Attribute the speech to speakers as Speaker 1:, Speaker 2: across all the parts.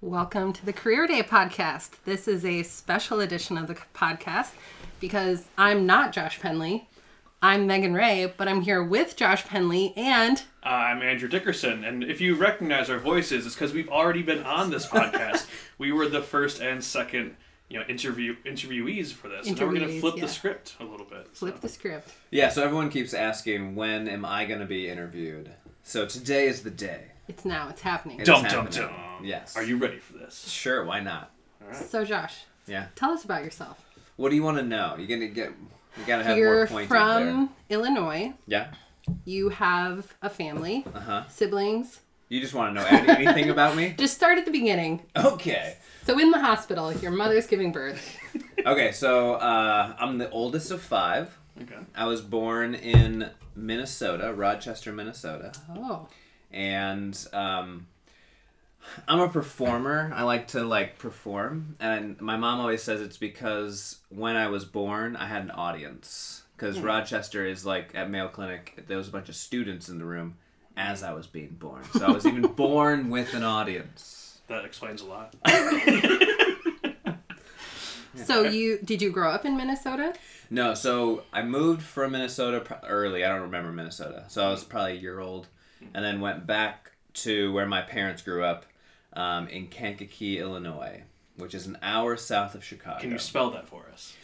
Speaker 1: Welcome to the Career Day podcast. This is a special edition of the podcast because I'm not Josh Penley. I'm Megan Ray, but I'm here with Josh Penley and
Speaker 2: Uh, I'm Andrew Dickerson, and if you recognize our voices, it's because we've already been on this podcast. we were the first and second, you know, interview interviewees for this. And now we're going to
Speaker 1: Interviewees,
Speaker 2: flip
Speaker 1: yeah.
Speaker 2: the script a little bit. so.
Speaker 1: flip the script.
Speaker 3: Yeah, so everyone keeps asking, when am I going to be interviewed? So today is the day.
Speaker 1: It's now, it's happening.
Speaker 3: It
Speaker 2: Dum
Speaker 3: is
Speaker 2: dum dum.
Speaker 3: happening. Yes.
Speaker 2: Are you ready for this?
Speaker 3: Sure, why not?
Speaker 1: So, Josh,
Speaker 3: Yeah.
Speaker 1: tell us about yourself.
Speaker 3: What do you want to know? You're going to get, you got to have
Speaker 1: You're
Speaker 3: more pointed
Speaker 1: from Illinois.
Speaker 3: there.
Speaker 1: You have a family,
Speaker 3: Yeah. Uh huh.
Speaker 1: siblings.
Speaker 3: You just want to know any- anything about me?
Speaker 1: Just start at the beginning.
Speaker 3: Okay.
Speaker 1: So, in the hospital, your mother's giving birth.
Speaker 3: Okay, so uh, I'm the oldest of five.
Speaker 2: Okay.
Speaker 3: I was born in Minnesota, Rochester, Minnesota.
Speaker 1: Oh,
Speaker 3: and um, I'm a performer. I like to like perform, and my mom always says it's because when I was born, I had an audience. Because Rochester is like at Mayo Clinic, there was a bunch of students in the room as I was being born, so I was even born with an audience.
Speaker 2: That explains a lot.
Speaker 1: so you did you grow up in Minnesota?
Speaker 3: No, so I moved from Minnesota pr- early. I don't remember Minnesota, so I was probably a year old, and then went back to where my parents grew up um, in Kankakee, Illinois, which is an hour south of
Speaker 2: Can you
Speaker 3: Chicago.
Speaker 2: spell that for us?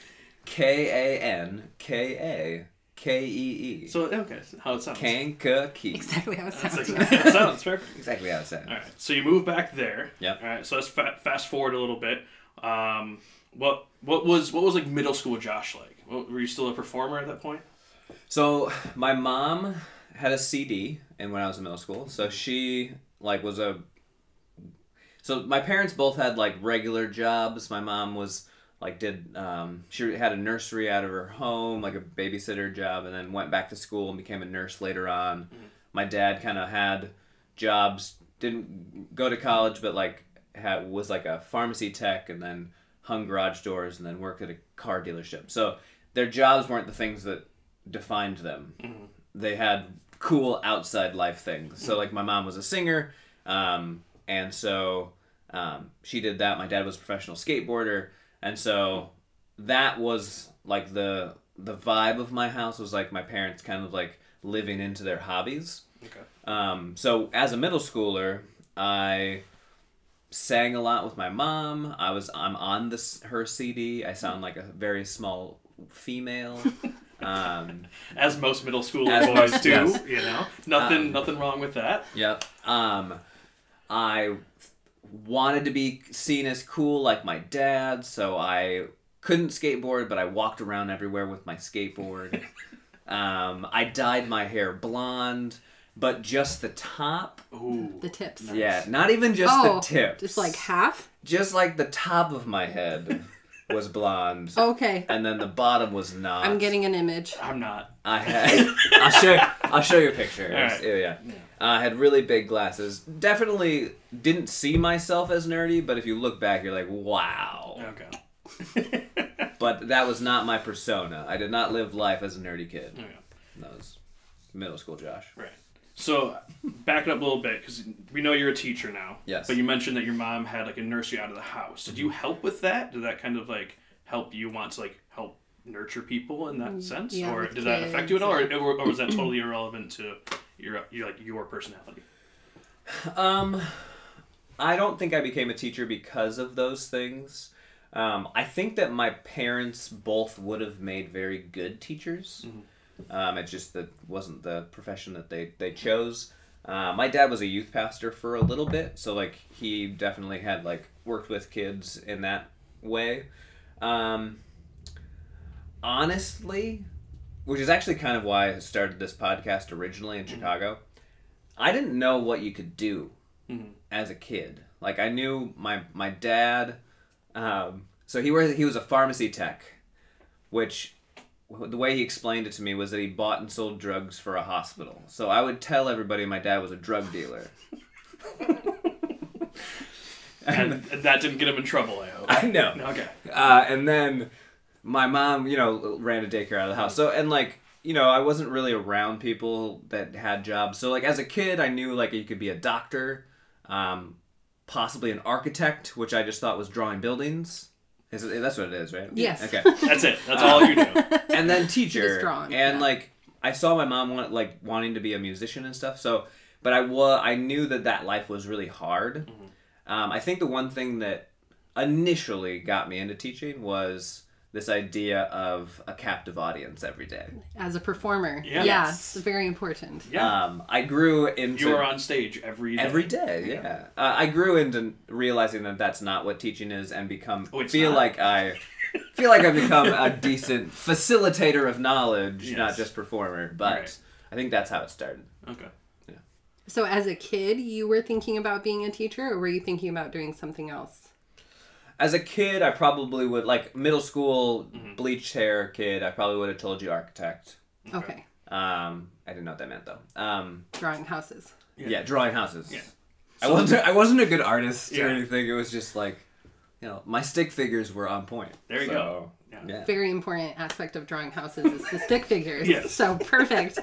Speaker 3: K A N K A K E E.
Speaker 2: So okay, so how it sounds.
Speaker 3: Kankakee.
Speaker 1: Exactly how it
Speaker 2: That's
Speaker 1: sounds.
Speaker 2: like- that sounds perfect.
Speaker 3: Exactly how it sounds.
Speaker 2: All right. So you move back there.
Speaker 3: Yep.
Speaker 2: All right. So let's fa- fast forward a little bit. Um, what what was what was like middle school Josh like? What, were you still a performer at that point?
Speaker 3: So my mom had a CD, and when I was in middle school, so she like was a. So my parents both had like regular jobs. My mom was like did um, she had a nursery out of her home, like a babysitter job, and then went back to school and became a nurse later on. My dad kind of had jobs, didn't go to college, but like had was like a pharmacy tech, and then hung garage doors, and then worked at a car dealership. So their jobs weren't the things that defined them. They had cool outside life things. So like my mom was a singer, um, and so um, she did that. My dad was a professional skateboarder, and so that was like the the vibe of my house was like my parents kind of like living into their hobbies.
Speaker 2: Okay.
Speaker 3: Um, so as a middle schooler, I sang a lot with my mom. I was I'm on this her CD. I sound like a very small female. Um,
Speaker 2: as most middle school
Speaker 3: As
Speaker 2: boys
Speaker 3: most-
Speaker 2: do.
Speaker 3: yes.
Speaker 2: You know, nothing, nothing wrong with that.
Speaker 3: yep. Um, I wanted to be seen as cool like my dad, so I couldn't skateboard, but I walked around everywhere with my skateboard. um, I dyed my hair blonde, but just the top.
Speaker 2: Ooh,
Speaker 1: The tips.
Speaker 3: Yeah, not even just
Speaker 1: oh,
Speaker 3: the tip.
Speaker 1: Just like half.
Speaker 3: just like the top of my head was blonde,
Speaker 1: Okay,
Speaker 3: and then the bottom was not.
Speaker 1: Oh. I'm getting an image.
Speaker 2: I'm not.
Speaker 3: I had. I'll show. I'll show you a picture.
Speaker 2: All right.
Speaker 3: Yeah, yeah. I had really big glasses. Definitely didn't see myself as nerdy, but if you look back, you're like, wow.
Speaker 2: Okay.
Speaker 3: But that was not my persona. I did not live life as a nerdy kid.
Speaker 2: okay.
Speaker 3: That was middle school, Josh.
Speaker 2: Right. So, back it up a little bit because we know you're a teacher now.
Speaker 3: Yes.
Speaker 2: But you mentioned that your mom had like a nursery out of the house. Did you help with that? Did that kind of like help you want to like help nurture people in that sense,
Speaker 1: yeah,
Speaker 2: or
Speaker 1: with
Speaker 2: did that affect you at
Speaker 1: kids
Speaker 2: all, or, or or was that totally irrelevant to your, your like your personality?
Speaker 3: Um, I don't think I became a teacher because of those things. Um, I think that my parents both would have made very good teachers. Um, it just that wasn't the profession that they they chose. Uh, my dad was a youth pastor for a little bit, so like he definitely had like worked with kids in that way. Um, honestly, which is actually kind of why I started this podcast originally in Chicago. I didn't know what you could do
Speaker 2: Mhm.
Speaker 3: as a kid. Like I knew my my dad. Um, so he was he was a pharmacy tech, which the way he explained it to me was that he bought and sold drugs for a hospital. So I would tell everybody my dad was a drug dealer.
Speaker 2: And, and that didn't get him in trouble. I hope.
Speaker 3: I know.
Speaker 2: Okay.
Speaker 3: uh, and then my mom, you know, ran a daycare out of the house. So and like you know, I wasn't really around people that had jobs. So like as a kid, I knew like you could be a doctor. Um, possibly an architect, which I just thought was drawing buildings. Is it, that's what it is, right?
Speaker 1: Yes.
Speaker 3: Okay.
Speaker 2: That's it. That's all you do.
Speaker 3: and then teacher
Speaker 1: Just drawing,
Speaker 3: and
Speaker 1: yeah.
Speaker 3: like i saw my mom want, like wanting to be a musician and stuff so but i was i knew that that life was really hard
Speaker 1: Mm-hmm.
Speaker 3: um, i think the one thing that initially got me into teaching was this idea of a captive audience every day
Speaker 1: as a performer.
Speaker 2: Yeah.
Speaker 1: Yeah,
Speaker 2: Yes.
Speaker 1: it's very important.
Speaker 2: Yeah.
Speaker 3: um, i grew into
Speaker 2: you are on stage every day.
Speaker 3: every day yeah uh, i grew into realizing that that's not what teaching is and become
Speaker 2: Oh, it's
Speaker 3: feel
Speaker 2: not?
Speaker 3: like i feel like i've become a decent facilitator of knowledge not
Speaker 2: Yes.
Speaker 3: just performer but
Speaker 2: Right.
Speaker 3: i think that's how it started
Speaker 2: Okay.
Speaker 1: So, as a kid, you were thinking about being a teacher, or were you thinking about doing something else?
Speaker 3: as a kid i probably would like middle school
Speaker 2: Mm-hmm.
Speaker 3: bleached hair kid i probably would have told you architect
Speaker 1: Okay,
Speaker 3: um i didn't know what that meant though um
Speaker 1: drawing houses.
Speaker 3: yeah, drawing houses
Speaker 2: Yeah.
Speaker 3: I wasn't. I wasn't a good artist
Speaker 2: Yeah.
Speaker 3: or anything. It was just like, you know, my stick figures were on point.
Speaker 2: There you
Speaker 3: So,
Speaker 2: go. Yeah.
Speaker 3: yeah.
Speaker 1: Very important aspect of drawing houses is the stick figures.
Speaker 2: Yes.
Speaker 1: So perfect.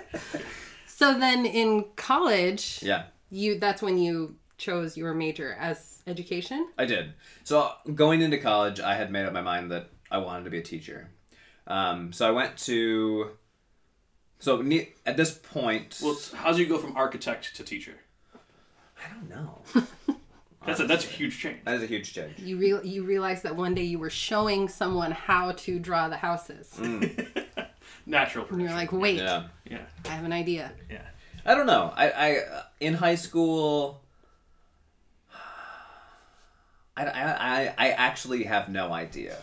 Speaker 1: so then in college,
Speaker 3: Yeah,
Speaker 1: you that's when you chose your major as education.
Speaker 3: I did. So going into college, I had made up my mind that I wanted to be a teacher. Um, so I went to. So ne- at this point,
Speaker 2: Well, it's- how do you go from architect to teacher?
Speaker 3: I don't know.
Speaker 2: That's a, that's a huge change.
Speaker 3: That is a huge change.
Speaker 1: You real you realized that one day you were showing someone how to draw the houses,
Speaker 2: Natural.
Speaker 1: and you're
Speaker 2: progression.
Speaker 1: like, wait,
Speaker 3: Yeah,
Speaker 2: Mm. yeah,
Speaker 1: I have an idea.
Speaker 2: yeah.
Speaker 3: I don't know. I, I uh, in high school. I, I, I- I actually have no idea.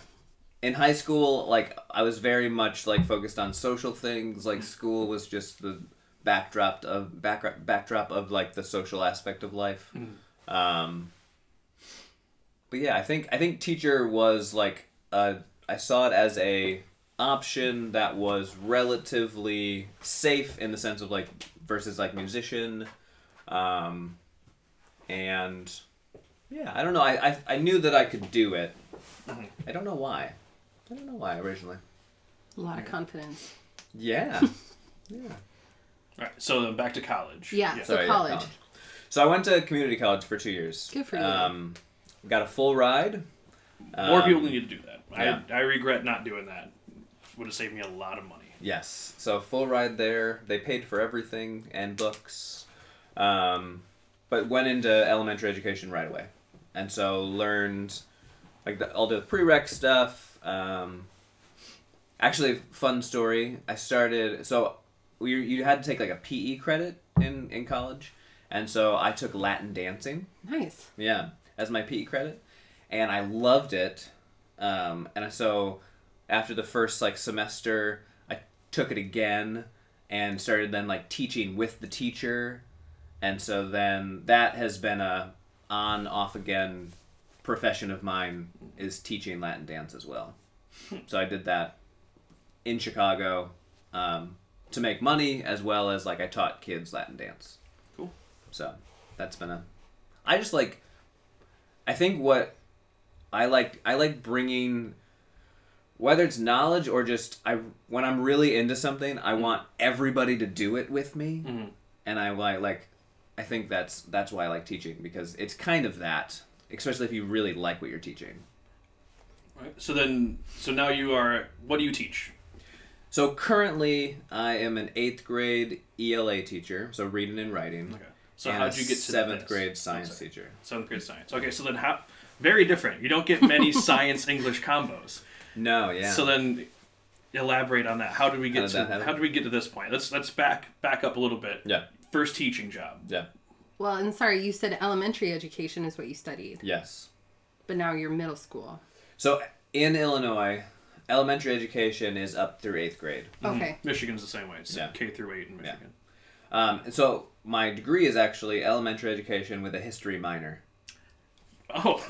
Speaker 3: In high school, like I was very much like focused on social things. Like school was just the backdrop of backdrop backdrop of like the social aspect of life. Um, but yeah, I think I think teacher was like uh, I saw it as a option that was relatively safe in the sense of like versus like musician, um, and yeah, I don't know. I, I I knew that I could do it. I don't know why. I don't know why originally.
Speaker 1: A lot of confidence.
Speaker 3: Yeah. yeah.
Speaker 2: All right. So then back to college.
Speaker 1: Yeah. So
Speaker 3: Sorry, yeah,
Speaker 1: college.
Speaker 3: So I went to community college for two years.
Speaker 1: Good for you.
Speaker 3: Um, got a full ride.
Speaker 2: More
Speaker 3: Um,
Speaker 2: people need to do that.
Speaker 3: yeah.
Speaker 2: I I regret not doing that. Would have saved me a lot of money.
Speaker 3: Yes. So full ride there. They paid for everything and books, um, but went into elementary education right away, and so learned like the, all the prereq stuff. Um, actually, fun story. I started so we, you had to take like a PE credit in in college, and so I took Latin dancing.
Speaker 1: Nice.
Speaker 3: Yeah, as my PE credit, and I loved it. Um, and so after the first like semester, I took it again and started then like teaching with the teacher, and so then that has been a on off again profession of mine is teaching Latin dance as well. So I did that in Chicago um, to make money as well as like I taught kids Latin dance.
Speaker 2: Cool.
Speaker 3: So that's been a. I just like. I think what I like I like bringing whether it's knowledge or just I when I'm really into something I want everybody to do it with me
Speaker 2: Mm-hmm.
Speaker 3: and I like like I think that's that's why I like teaching because it's kind of that especially if you really like what you're teaching.
Speaker 2: Right. So then, so now you are. What do you teach?
Speaker 3: So currently I am an 8th grade ELA teacher, so reading and writing.
Speaker 2: Okay. So
Speaker 3: and
Speaker 2: how
Speaker 3: a
Speaker 2: did you get to
Speaker 3: 7th
Speaker 2: this?
Speaker 3: grade science
Speaker 2: Okay.
Speaker 3: teacher?
Speaker 2: Seventh grade science. Okay. So then how? Very different. You don't get many science English combos.
Speaker 3: No, yeah.
Speaker 2: So then, elaborate on that. How did we
Speaker 3: How
Speaker 2: get
Speaker 3: did
Speaker 2: to?
Speaker 3: that happen?
Speaker 2: How did we get to this point? Let's let's back back up a little bit.
Speaker 3: yeah.
Speaker 2: First teaching job.
Speaker 3: Yeah.
Speaker 1: Well, and sorry, you said elementary education is what you studied,
Speaker 3: Yes.
Speaker 1: but now you're middle school.
Speaker 3: So in Illinois, elementary education is up through eighth grade.
Speaker 1: Okay.
Speaker 2: Michigan's the same way. It's
Speaker 3: Yeah.
Speaker 2: K through eight in Michigan.
Speaker 3: Um, and so my degree is actually elementary education with a history minor.
Speaker 2: Oh,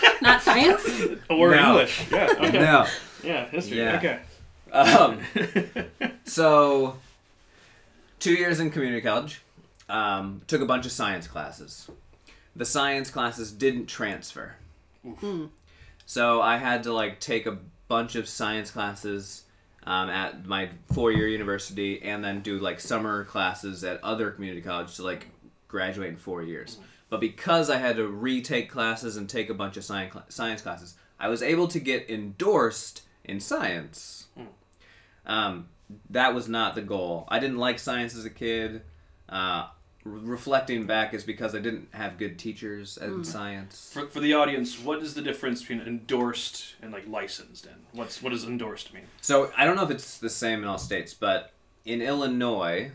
Speaker 1: Not science?
Speaker 2: or
Speaker 3: No.
Speaker 2: English. Yeah. Okay.
Speaker 3: No.
Speaker 2: Yeah. History.
Speaker 3: Yeah.
Speaker 2: Okay.
Speaker 3: Um, so two years in community college, um, took a bunch of science classes. The science classes didn't transfer. So I had to like take a bunch of science classes um, at my four-year university, and then do like summer classes at other community college to like graduate in four years. But because I had to retake classes and take a bunch of science, cla science classes, I was able to get endorsed in science. Um, that was not the goal. I didn't like science as a kid. Uh, re- reflecting back is because I didn't have good teachers in science.
Speaker 2: For, for the audience, what is the difference between endorsed and like licensed? And what's what does endorsed mean?
Speaker 3: So I don't know if it's the same in all states, but in Illinois,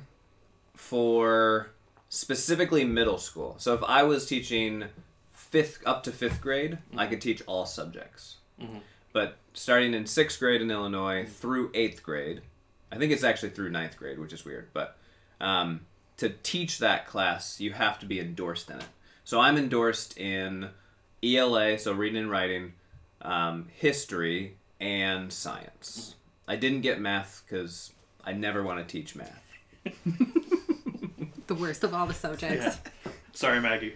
Speaker 3: for specifically middle school. So if I was teaching fifth up to fifth grade, I could teach all subjects. But starting in sixth grade in Illinois through eighth grade, I think it's actually through ninth grade, which is weird. But um, to teach that class, you have to be endorsed in it. So I'm endorsed in ELA, so reading and writing, um, history, and science. I didn't get math because I never want to teach math.
Speaker 1: The worst of all the subjects.
Speaker 2: Yeah. Sorry, Maggie.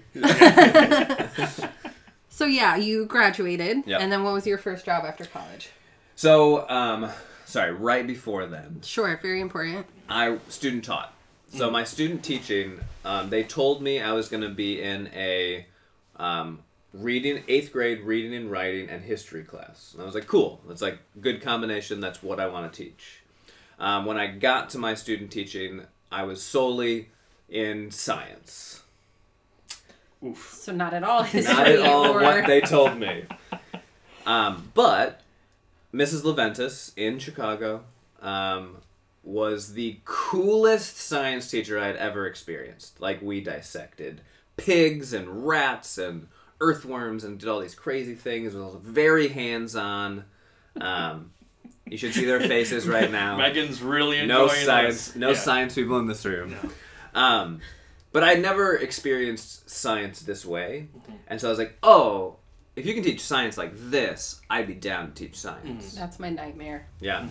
Speaker 1: So yeah, you graduated,
Speaker 3: Yep.
Speaker 1: and then what was your first job after college?
Speaker 3: So, um, sorry, right before then,
Speaker 1: Sure, very important.
Speaker 3: I student taught. So my student teaching, um, they told me I was going to be in a um, reading eighth grade reading and writing and history class, and I was like, cool. That's like good combination. That's what I want to teach. Um, when I got to my student teaching, I was solely in science.
Speaker 2: Oof.
Speaker 1: So not at all history
Speaker 3: Not at all
Speaker 1: or
Speaker 3: what they told me. Um, but Mrs. Leventis in Chicago um, was the coolest science teacher I had ever experienced. Like we dissected pigs and rats and earthworms and did all these crazy things. It was very hands-on. Um, you should see their faces right now
Speaker 2: Megan's really enjoying
Speaker 3: no
Speaker 2: this.
Speaker 3: science, no
Speaker 2: Yeah.
Speaker 3: science people in this room. Um, but I never experienced science this way, and so I was like, oh, if you can teach science like this, I'd be down to teach science.
Speaker 2: Mm-hmm.
Speaker 1: That's my nightmare.
Speaker 3: Yeah,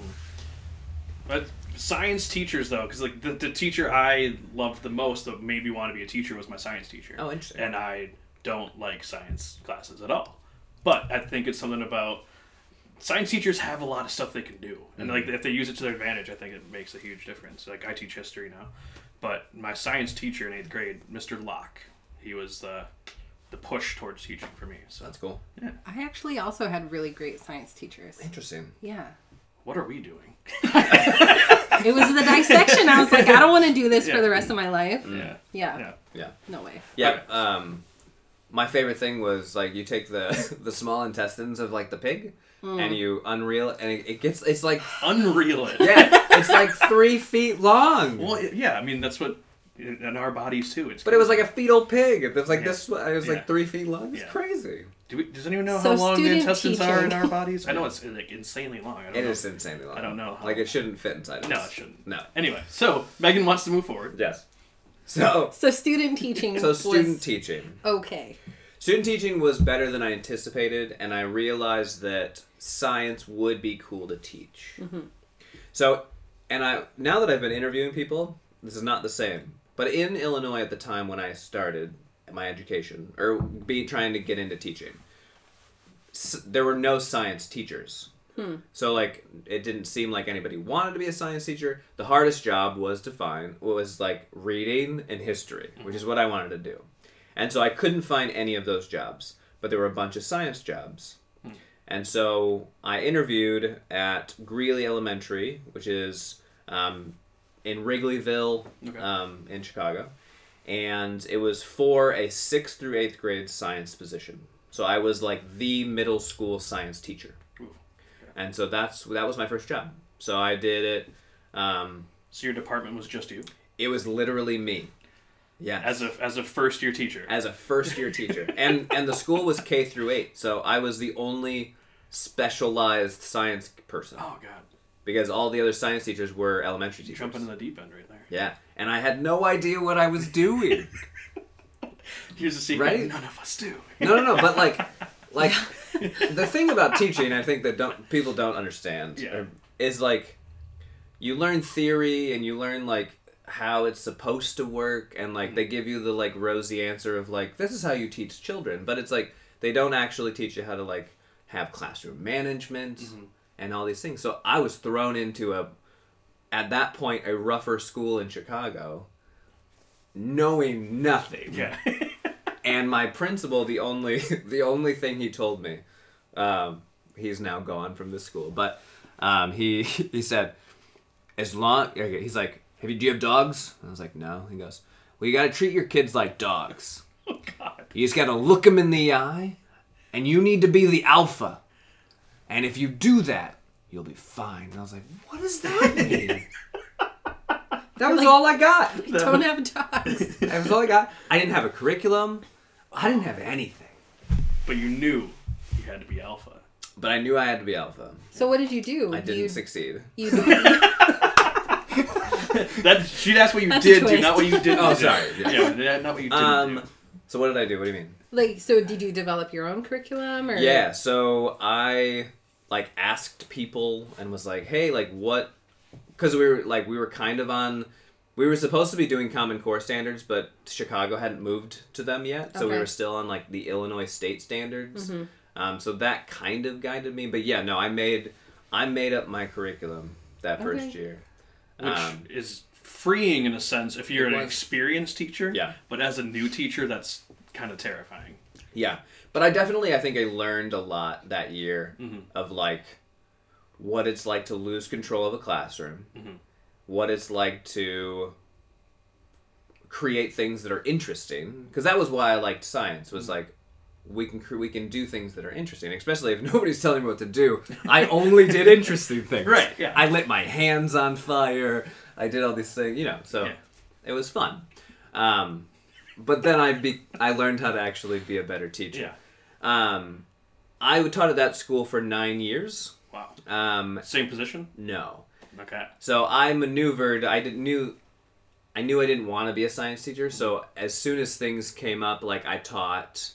Speaker 2: But science teachers though, because like the, the teacher I loved the most that made me want to be a teacher was my science teacher.
Speaker 3: Oh, interesting.
Speaker 2: And I don't like science classes at all. But I think it's something about science teachers have a lot of stuff they can do, and like
Speaker 3: Mm-hmm.
Speaker 2: if they use it to their advantage, I think it makes a huge difference. Like I teach history now, but my science teacher in eighth grade, Mr. Locke, he was the the push towards teaching for me. So
Speaker 3: that's cool.
Speaker 1: I actually also had really great science teachers.
Speaker 3: Interesting.
Speaker 1: Yeah.
Speaker 2: what are we doing?
Speaker 1: It was the dissection. I was like, I don't want to do this for
Speaker 2: Yeah.
Speaker 1: the rest of my life.
Speaker 2: Yeah.
Speaker 1: Yeah.
Speaker 2: Yeah.
Speaker 3: Mm. Yeah,
Speaker 1: No way.
Speaker 3: yeah. Um, my favorite thing was like you take the the small intestines of like the pig, and you unreal, and it, it gets it's like
Speaker 2: Unreal it.
Speaker 3: yeah, it's like three feet long.
Speaker 2: Well, it- yeah, I mean that's what in in our bodies too. It's
Speaker 3: But it was like a fetal pig. It was like
Speaker 2: Yeah.
Speaker 3: this. It was
Speaker 2: Yeah.
Speaker 3: like three feet long. It's
Speaker 2: Yeah.
Speaker 3: crazy.
Speaker 2: do we, does anyone know
Speaker 1: So
Speaker 2: how long the
Speaker 1: student
Speaker 2: intestines are in
Speaker 1: teaching.
Speaker 2: our bodies? I know it's like insanely long. I don't
Speaker 3: It
Speaker 2: know.
Speaker 3: is insanely long.
Speaker 2: I don't know how-
Speaker 3: Like it shouldn't fit inside. of
Speaker 2: No,
Speaker 3: us.
Speaker 2: it shouldn't.
Speaker 3: No.
Speaker 2: Anyway, so Megan wants to move forward.
Speaker 3: Yes. So
Speaker 1: So student teaching
Speaker 3: so student
Speaker 1: was
Speaker 3: teaching.
Speaker 1: okay.
Speaker 3: Student teaching was better than I anticipated, and I realized that science would be cool to teach. So, and I now that I've been interviewing people, this is not the same. But in Illinois at the time when I started my education or be trying to get into teaching, s- there were no science teachers. So like it didn't seem like anybody wanted to be a science teacher. The hardest job was to find was like reading and history, which is what I wanted to do. And so I couldn't find any of those jobs, but there were a bunch of science jobs. And so I interviewed at Greeley Elementary, which is um, in Wrigleyville,
Speaker 2: Okay.
Speaker 3: um, in Chicago, and it was for a sixth through eighth grade science position. So I was like the middle school science teacher
Speaker 2: Ooh.
Speaker 3: and so that's that was my first job. So I did it. Um,
Speaker 2: So your department was just you
Speaker 3: it was literally me. Yeah,
Speaker 2: as
Speaker 3: as,
Speaker 2: a as a first year teacher.
Speaker 3: a first year teacher, and and the school was K through eight, so I was the only specialized science person
Speaker 2: oh God,
Speaker 3: because all the other science teachers were elementary
Speaker 2: you
Speaker 3: teachers.
Speaker 2: jumping in the deep end right there.
Speaker 3: Yeah, and I had no idea what I was doing.
Speaker 2: Here's the secret:
Speaker 3: Right?
Speaker 2: none of us do.
Speaker 3: No, no, no. But like, like the thing about teaching, I think that don't people don't understand
Speaker 2: Yeah.
Speaker 3: or- is like you learn theory and you learn like how it's supposed to work, and like they give you the like rosy answer of like this is how you teach children, but it's like they don't actually teach you how to like have classroom management and all these things. So I was thrown into a at that point a rougher school in Chicago, knowing nothing
Speaker 2: Yeah.
Speaker 3: and my principal, the only the only thing he told me, um, he's now gone from the school, but um, he he said, as long okay, he's like, have you do you have dogs? And I was like, no. He goes, well, you got to treat your kids like dogs.
Speaker 2: Oh God.
Speaker 3: You just got to look them in the eye, and you need to be the alpha. And if you do that, you'll be fine. And I was like, what does that mean? that was all I got.
Speaker 1: Don't have dogs.
Speaker 3: That was all I got. I didn't have a curriculum. I didn't have anything.
Speaker 2: But you knew you had to be alpha.
Speaker 3: But I knew I had to be alpha.
Speaker 1: So what did you do?
Speaker 3: I didn't
Speaker 1: you,
Speaker 3: succeed.
Speaker 1: you,
Speaker 2: That she asked what you
Speaker 1: That's a
Speaker 2: did do,
Speaker 1: twist.
Speaker 2: not what you didn't.
Speaker 3: Oh,
Speaker 2: do.
Speaker 3: sorry.
Speaker 2: Yeah, yeah, not what you didn't do.
Speaker 3: Um, so what did I do? What do you mean?
Speaker 1: like so did you develop your own curriculum or
Speaker 3: Yeah, so I like asked people and was like, "Hey, like what?" Because we were like we were kind of on. We were supposed to be doing Common Core standards, but Chicago hadn't moved to them yet, so we
Speaker 1: Okay. Mm-hmm.
Speaker 3: were still on like the Illinois state standards. Um, so that kind of guided me, but yeah, no, I made I made up my curriculum that first
Speaker 1: Okay.
Speaker 3: year.
Speaker 2: which
Speaker 3: Um,
Speaker 2: is freeing in a sense if you're
Speaker 3: It
Speaker 2: an
Speaker 3: was.
Speaker 2: experienced teacher.
Speaker 3: Yeah.
Speaker 2: But as a new teacher, that's kind of terrifying.
Speaker 3: Yeah, but I definitely I think I learned a lot that year
Speaker 2: Mm-hmm.
Speaker 3: of like what it's like to lose control of a classroom,
Speaker 2: Mm-hmm.
Speaker 3: what it's like to create things that are interesting because that was why I liked science
Speaker 2: Mm-hmm.
Speaker 3: was like we can cre- we can do things that are interesting especially if nobody's telling me what to do I only did interesting things
Speaker 2: Right, yeah.
Speaker 3: I lit my hands on fire I did all these things you know so
Speaker 2: Yeah.
Speaker 3: it was fun um, but then I be I learned how to actually be a better teacher
Speaker 2: Yeah.
Speaker 3: um, I taught at that school for nine years.
Speaker 2: Wow.
Speaker 3: Um,
Speaker 2: Same position.
Speaker 3: no,
Speaker 2: Okay.
Speaker 3: so I maneuvered. I didn't knew, I knew I didn't want to be a science teacher. So as soon as things came up, like I taught,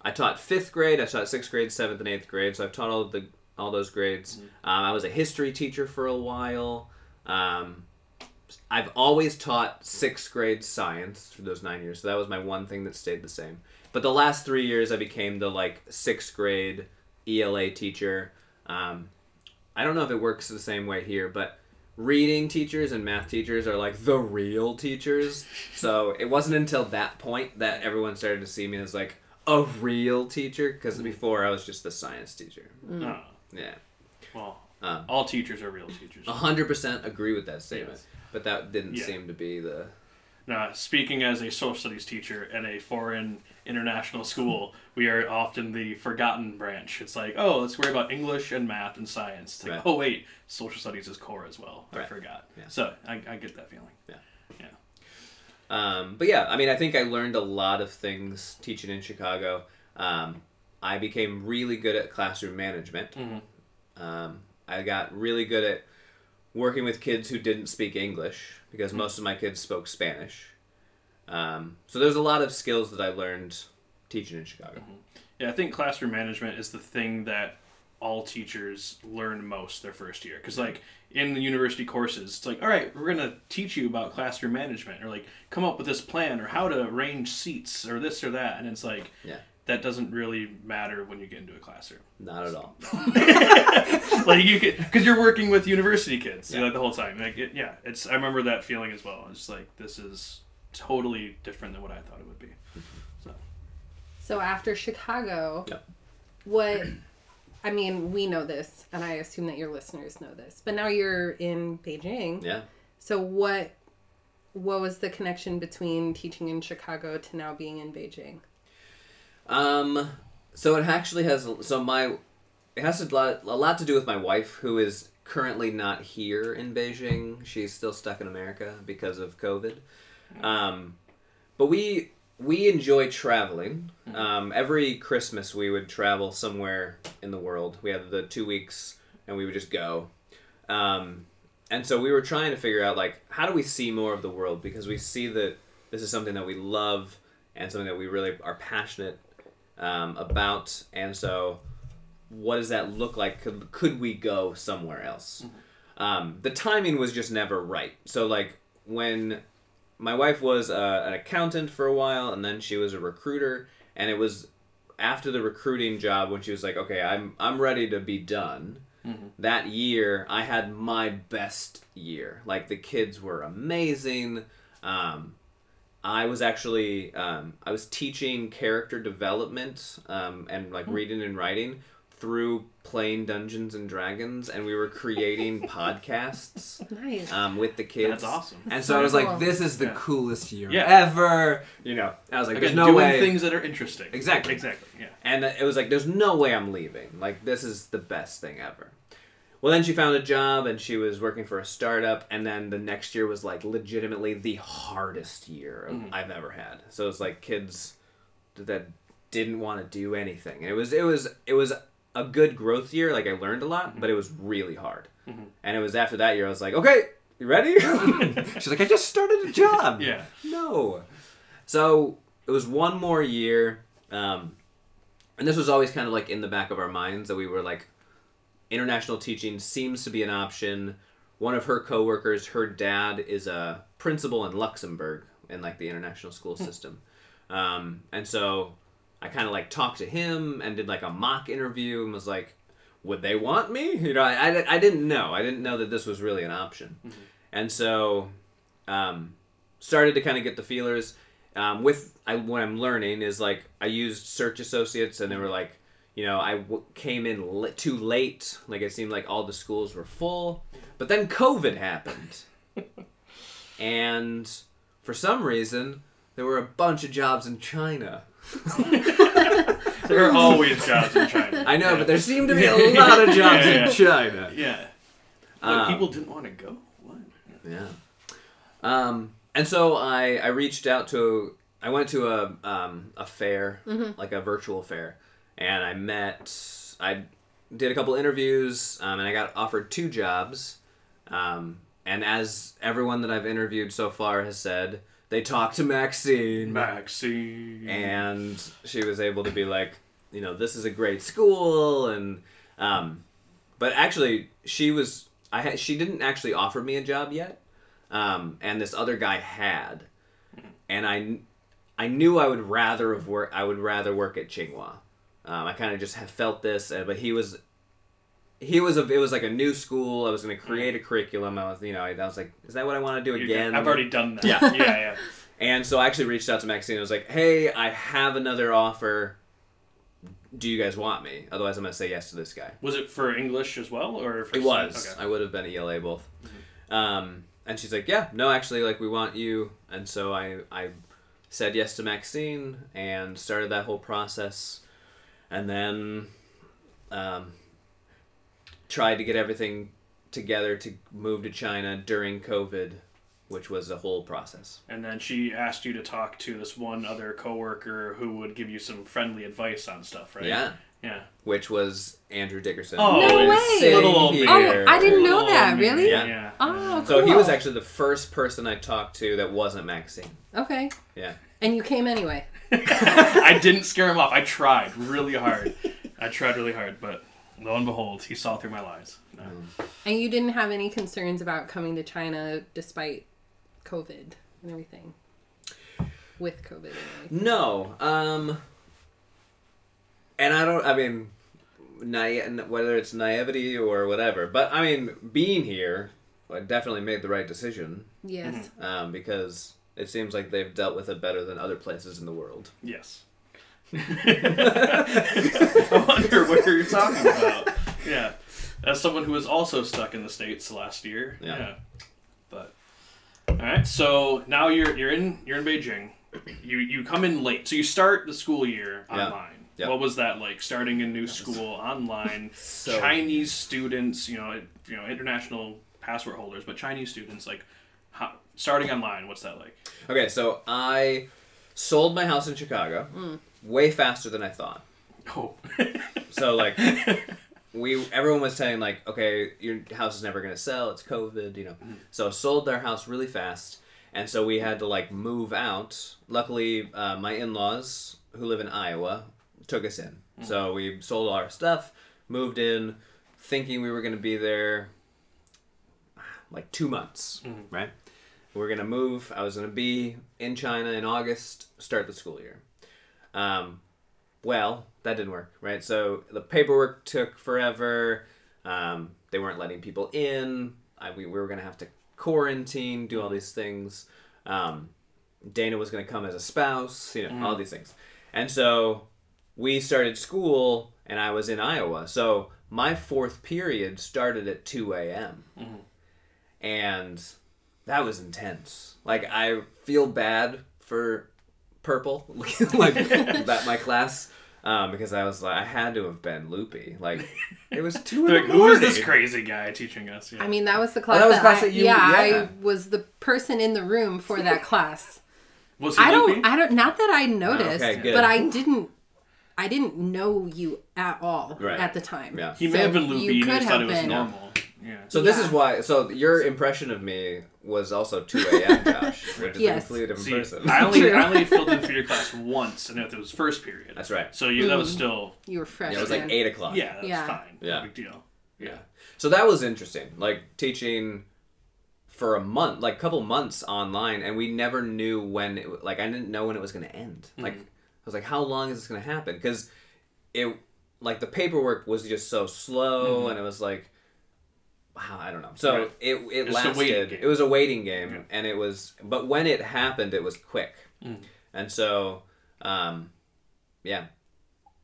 Speaker 3: I taught fifth grade, I taught sixth grade, seventh and eighth grade. So I've taught all the all those grades. Um, I was a history teacher for a while. Um, I've always taught sixth grade science through those nine years. So that was my one thing that stayed the same. But the last three years, I became the like sixth grade ELA teacher. Um, I don't know if it works the same way here, but reading teachers and math teachers are like the real teachers. So it wasn't until that point that everyone started to see me as like a real teacher
Speaker 2: Mm-hmm.
Speaker 3: because before I was just the science teacher.
Speaker 1: Mm.
Speaker 2: Oh,
Speaker 3: Yeah.
Speaker 2: well,
Speaker 3: Um. uh-huh.
Speaker 2: all teachers are real teachers.
Speaker 3: 100% agree with that statement.
Speaker 2: Yes.
Speaker 3: But that didn't
Speaker 2: Yeah.
Speaker 3: seem to be the.
Speaker 2: Now, speaking as a social studies teacher at a foreign international school, we are often the forgotten branch. It's like, oh, let's worry about English and math and science. It's like,
Speaker 3: Right.
Speaker 2: oh wait, social studies is core as well. I
Speaker 3: Right.
Speaker 2: forgot.
Speaker 3: Yeah.
Speaker 2: So I, I get that feeling.
Speaker 3: Yeah.
Speaker 2: Yeah.
Speaker 3: Um, but yeah, I mean, I think I learned a lot of things teaching in Chicago. Um, I became really good at classroom management. Um, I got really good at working with kids who didn't speak English because most of my kids spoke Spanish. Um, so there's a lot of skills that I learned teaching in Chicago.
Speaker 2: Yeah, I think classroom management is the thing that all teachers learn most their first year. Because, like, in the university courses, it's like, all right, we're going to teach you about classroom management or, like, come up with this plan or how to arrange seats or this or that. And it's like,
Speaker 3: Yeah,
Speaker 2: that doesn't really matter when you get into a classroom.
Speaker 3: not at all.
Speaker 2: like, you can, because you're working with university kids you know, the whole time. Like, it, yeah, it's, I remember that feeling as well. It's just like, this is totally different than what I thought it would be. So,
Speaker 1: so after Chicago
Speaker 3: Yeah.
Speaker 1: what I mean we know this and I assume that your listeners know this but now you're in Beijing
Speaker 3: Yeah.
Speaker 1: so what what was the connection between teaching in Chicago to now being in Beijing
Speaker 3: Um, so it actually has so my it has a lot a lot to do with my wife who is currently not here in Beijing. She's still stuck in America because of COVID. Um, but we we enjoy traveling. Um, every Christmas we would travel somewhere in the world. We had the two weeks and we would just go. Um, and so we were trying to figure out like how do we see more of the world because we see that this is something that we love and something that we really are passionate um, about. And so, what does that look like? Could could we go somewhere else? Um, the timing was just never right. So like when my wife was uh, an accountant for a while, and then she was a recruiter, and it was after the recruiting job when she was like, "Okay, I'm I'm ready to be done." That year, I had my best year. Like the kids were amazing. Um, I was actually um, I was teaching character development um, and
Speaker 2: Hmm.
Speaker 3: like reading and writing through playing Dungeons and Dragons, and we were creating podcasts
Speaker 1: Nice.
Speaker 3: um, with the kids.
Speaker 2: That's awesome.
Speaker 3: And so I was
Speaker 1: Cool.
Speaker 3: like, "This is the
Speaker 2: Yeah.
Speaker 3: coolest year
Speaker 2: Yeah.
Speaker 3: ever." You know, I was like,
Speaker 2: Again,
Speaker 3: "There's no
Speaker 2: doing
Speaker 3: way."
Speaker 2: things that are interesting.
Speaker 3: Exactly.
Speaker 2: Exactly. Yeah.
Speaker 3: And it was like, there's no way I'm leaving. Like, this is the best thing ever. Well, then she found a job and she was working for a startup. And then the next year was like legitimately the hardest year of- I've ever had. So it's like kids that didn't want to do anything. And it was, it was, it was a good growth year. Like, I learned a lot, but it was really hard. And it was after that year, I was like, okay, you ready? She's like, I just started a job.
Speaker 2: Yeah.
Speaker 3: No. So it was one more year. Um, and this was always kind of like in the back of our minds that we were like, international teaching seems to be an option. One of her coworkers, her dad is a principal in Luxembourg in like the international school system. Um, and so I kind of like talked to him and did like a mock interview and was like, would they want me? You know, I, I, di- I didn't know. I didn't know that this was really an option. And so um, started to kind of get the feelers um, with I, what I'm learning is like I used search associates and they were like, you know, I w- came in li- too late. Like it seemed like all the schools were full, but then COVID happened, and for some reason there were a bunch of jobs in China.
Speaker 2: There are always jobs in China.
Speaker 3: I know,
Speaker 2: yeah.
Speaker 3: but there seemed to be a lot of jobs
Speaker 2: Yeah, yeah.
Speaker 3: in China.
Speaker 2: Yeah.
Speaker 3: Um,
Speaker 2: Like, people didn't want to go. What?
Speaker 3: Yeah. Um, and so I, I reached out to I went to a um, a fair like a virtual fair, and I met I did a couple interviews um, and I got offered two jobs, um, and as everyone that I've interviewed so far has said, they talked to Maxine
Speaker 2: Maxine.
Speaker 3: and she was able to be like, you know, this is a great school, and um, but actually, she was I had she didn't actually offer me a job yet, um, and this other guy had, and I kn- I knew I would rather have work I would rather work at Tsinghua. Um, I kind of just have felt this, uh, but he was. He was a. It was like a new school. I was going to create a curriculum. I was, you know, I, I was like, is that what I want to do
Speaker 2: You-
Speaker 3: again?
Speaker 2: I've already Mm. done that.
Speaker 3: Yeah.
Speaker 2: Yeah. Yeah.
Speaker 3: And so I actually reached out to Maxine and was like, hey, I have another offer. Do you guys want me? Otherwise, I'm going to say yes to this guy.
Speaker 2: Was it for English as well, or for
Speaker 3: It was.
Speaker 2: Okay. Mm-hmm.
Speaker 3: I would have been at ELA both. Um, and she's like, yeah, no, actually, like, we want you. And so I, I said yes to Maxine and started that whole process. And then um, tried to get everything together to move to China during COVID, which was a whole process.
Speaker 2: And then she asked you to talk to this one other coworker who would give you some friendly advice on stuff, right?
Speaker 3: Yeah.
Speaker 2: Yeah.
Speaker 3: which was Andrew Dickerson.
Speaker 2: Oh,
Speaker 1: No
Speaker 3: who is
Speaker 1: way.
Speaker 3: sitting
Speaker 2: Little old man.
Speaker 1: Oh, I didn't know that,
Speaker 2: man.
Speaker 1: really?
Speaker 2: Yeah.
Speaker 3: Yeah.
Speaker 1: Oh, cool.
Speaker 3: So he was actually the first person I talked to that wasn't Maxine.
Speaker 1: okay.
Speaker 3: Yeah.
Speaker 1: And you came anyway.
Speaker 2: I didn't scare him off. I tried really hard. I tried really hard, but lo and behold, he saw through my lies. No.
Speaker 1: And you didn't have any concerns about coming to China despite COVID and everything. With COVID, and everything.
Speaker 3: No. Um. And I don't. I mean, naive, whether it's naivety or whatever, but I mean, being here, I definitely made the right decision
Speaker 1: Yes.
Speaker 3: um, because it seems like they've dealt with it better than other places in the world.
Speaker 2: Yes. I wonder what you're talking about. Yeah. As someone who was also stuck in the States last year.
Speaker 3: Yeah.
Speaker 2: But Alright, so now you're you're in you're in Beijing. You you come in late. So you start the school year
Speaker 3: Yeah.
Speaker 2: online.
Speaker 3: Yeah.
Speaker 2: What was that like? Starting a new school online.
Speaker 3: So-
Speaker 2: Chinese students, you know, it- you know, international passport holders, but Chinese students like how, starting online, what's that like?
Speaker 3: Okay, so I sold my house in Chicago
Speaker 1: Hmm.
Speaker 3: way faster than I thought.
Speaker 2: Oh.
Speaker 3: So like we everyone was saying like, okay, your house is never gonna sell, it's COVID, you know. So sold their house really fast and so we had to like move out. Luckily, uh, my in laws who live in Iowa took us in. So we sold all our stuff, moved in, thinking we were gonna be there like two months, right? We're gonna move. I was gonna be in China in August, start the school year. Um, well, that didn't work, right? So the paperwork took forever. Um, they weren't letting people in. I, we, we were going to have to quarantine, do all these things. Um, Dana was going to come as a spouse, you know, all
Speaker 2: Mm.
Speaker 3: these things. And so we started school and I was in Iowa. So my fourth period started at 2 a.m.
Speaker 2: Mm-hmm.
Speaker 3: And that was intense. Like, I feel bad for purple, like that my class. Um, because I was like, I had to have been loopy. Like, it was two in
Speaker 2: They're
Speaker 3: the
Speaker 2: like, who is this
Speaker 3: morning.
Speaker 2: crazy guy teaching us? Yeah.
Speaker 1: I mean, that was the class.
Speaker 3: that was
Speaker 1: that
Speaker 3: class
Speaker 1: I,
Speaker 3: that you-
Speaker 1: yeah,
Speaker 3: yeah.
Speaker 1: I was the person in the room for that class.
Speaker 2: was he
Speaker 1: I
Speaker 2: loopy?
Speaker 1: don't. I don't. Not that I noticed,
Speaker 3: Okay, good.
Speaker 1: but I didn't. I didn't know you at all
Speaker 3: Right.
Speaker 1: at the time.
Speaker 3: Yeah.
Speaker 2: He may
Speaker 1: So
Speaker 2: have been loopy.
Speaker 1: you
Speaker 2: and
Speaker 1: could
Speaker 2: just thought
Speaker 1: have
Speaker 2: it was
Speaker 1: been.
Speaker 2: normal. Yeah.
Speaker 3: So this
Speaker 1: Yeah.
Speaker 3: is why. So your impression of me was also two a.m. Josh, which is
Speaker 1: Yes.
Speaker 3: a completely different
Speaker 2: See,
Speaker 3: person.
Speaker 2: I only,
Speaker 1: True.
Speaker 2: I only filled in for your class once, and it was first period.
Speaker 3: That's right.
Speaker 2: So you, that was still
Speaker 1: You were fresh.
Speaker 3: Yeah, it was like
Speaker 1: man.
Speaker 3: eight o'clock.
Speaker 2: yeah, that
Speaker 1: Mm-hmm. Yeah.
Speaker 2: was fine.
Speaker 3: Yeah.
Speaker 2: No big deal. Yeah.
Speaker 3: So that was interesting. Like teaching for a month, like couple months online, and we never knew when. It, w- like I didn't know when it was going to end.
Speaker 2: Mm-hmm.
Speaker 3: Like I was like, how long is this going to happen? Because it, like the paperwork was just so slow, and it was like, wow, I don't know. So
Speaker 2: Mm-hmm. Right.
Speaker 3: it it
Speaker 2: It's a waiting
Speaker 3: lasted.
Speaker 2: game.
Speaker 3: It was a waiting game, and it was. But when it happened, it was quick,
Speaker 2: Mm.
Speaker 3: and so, um, yeah.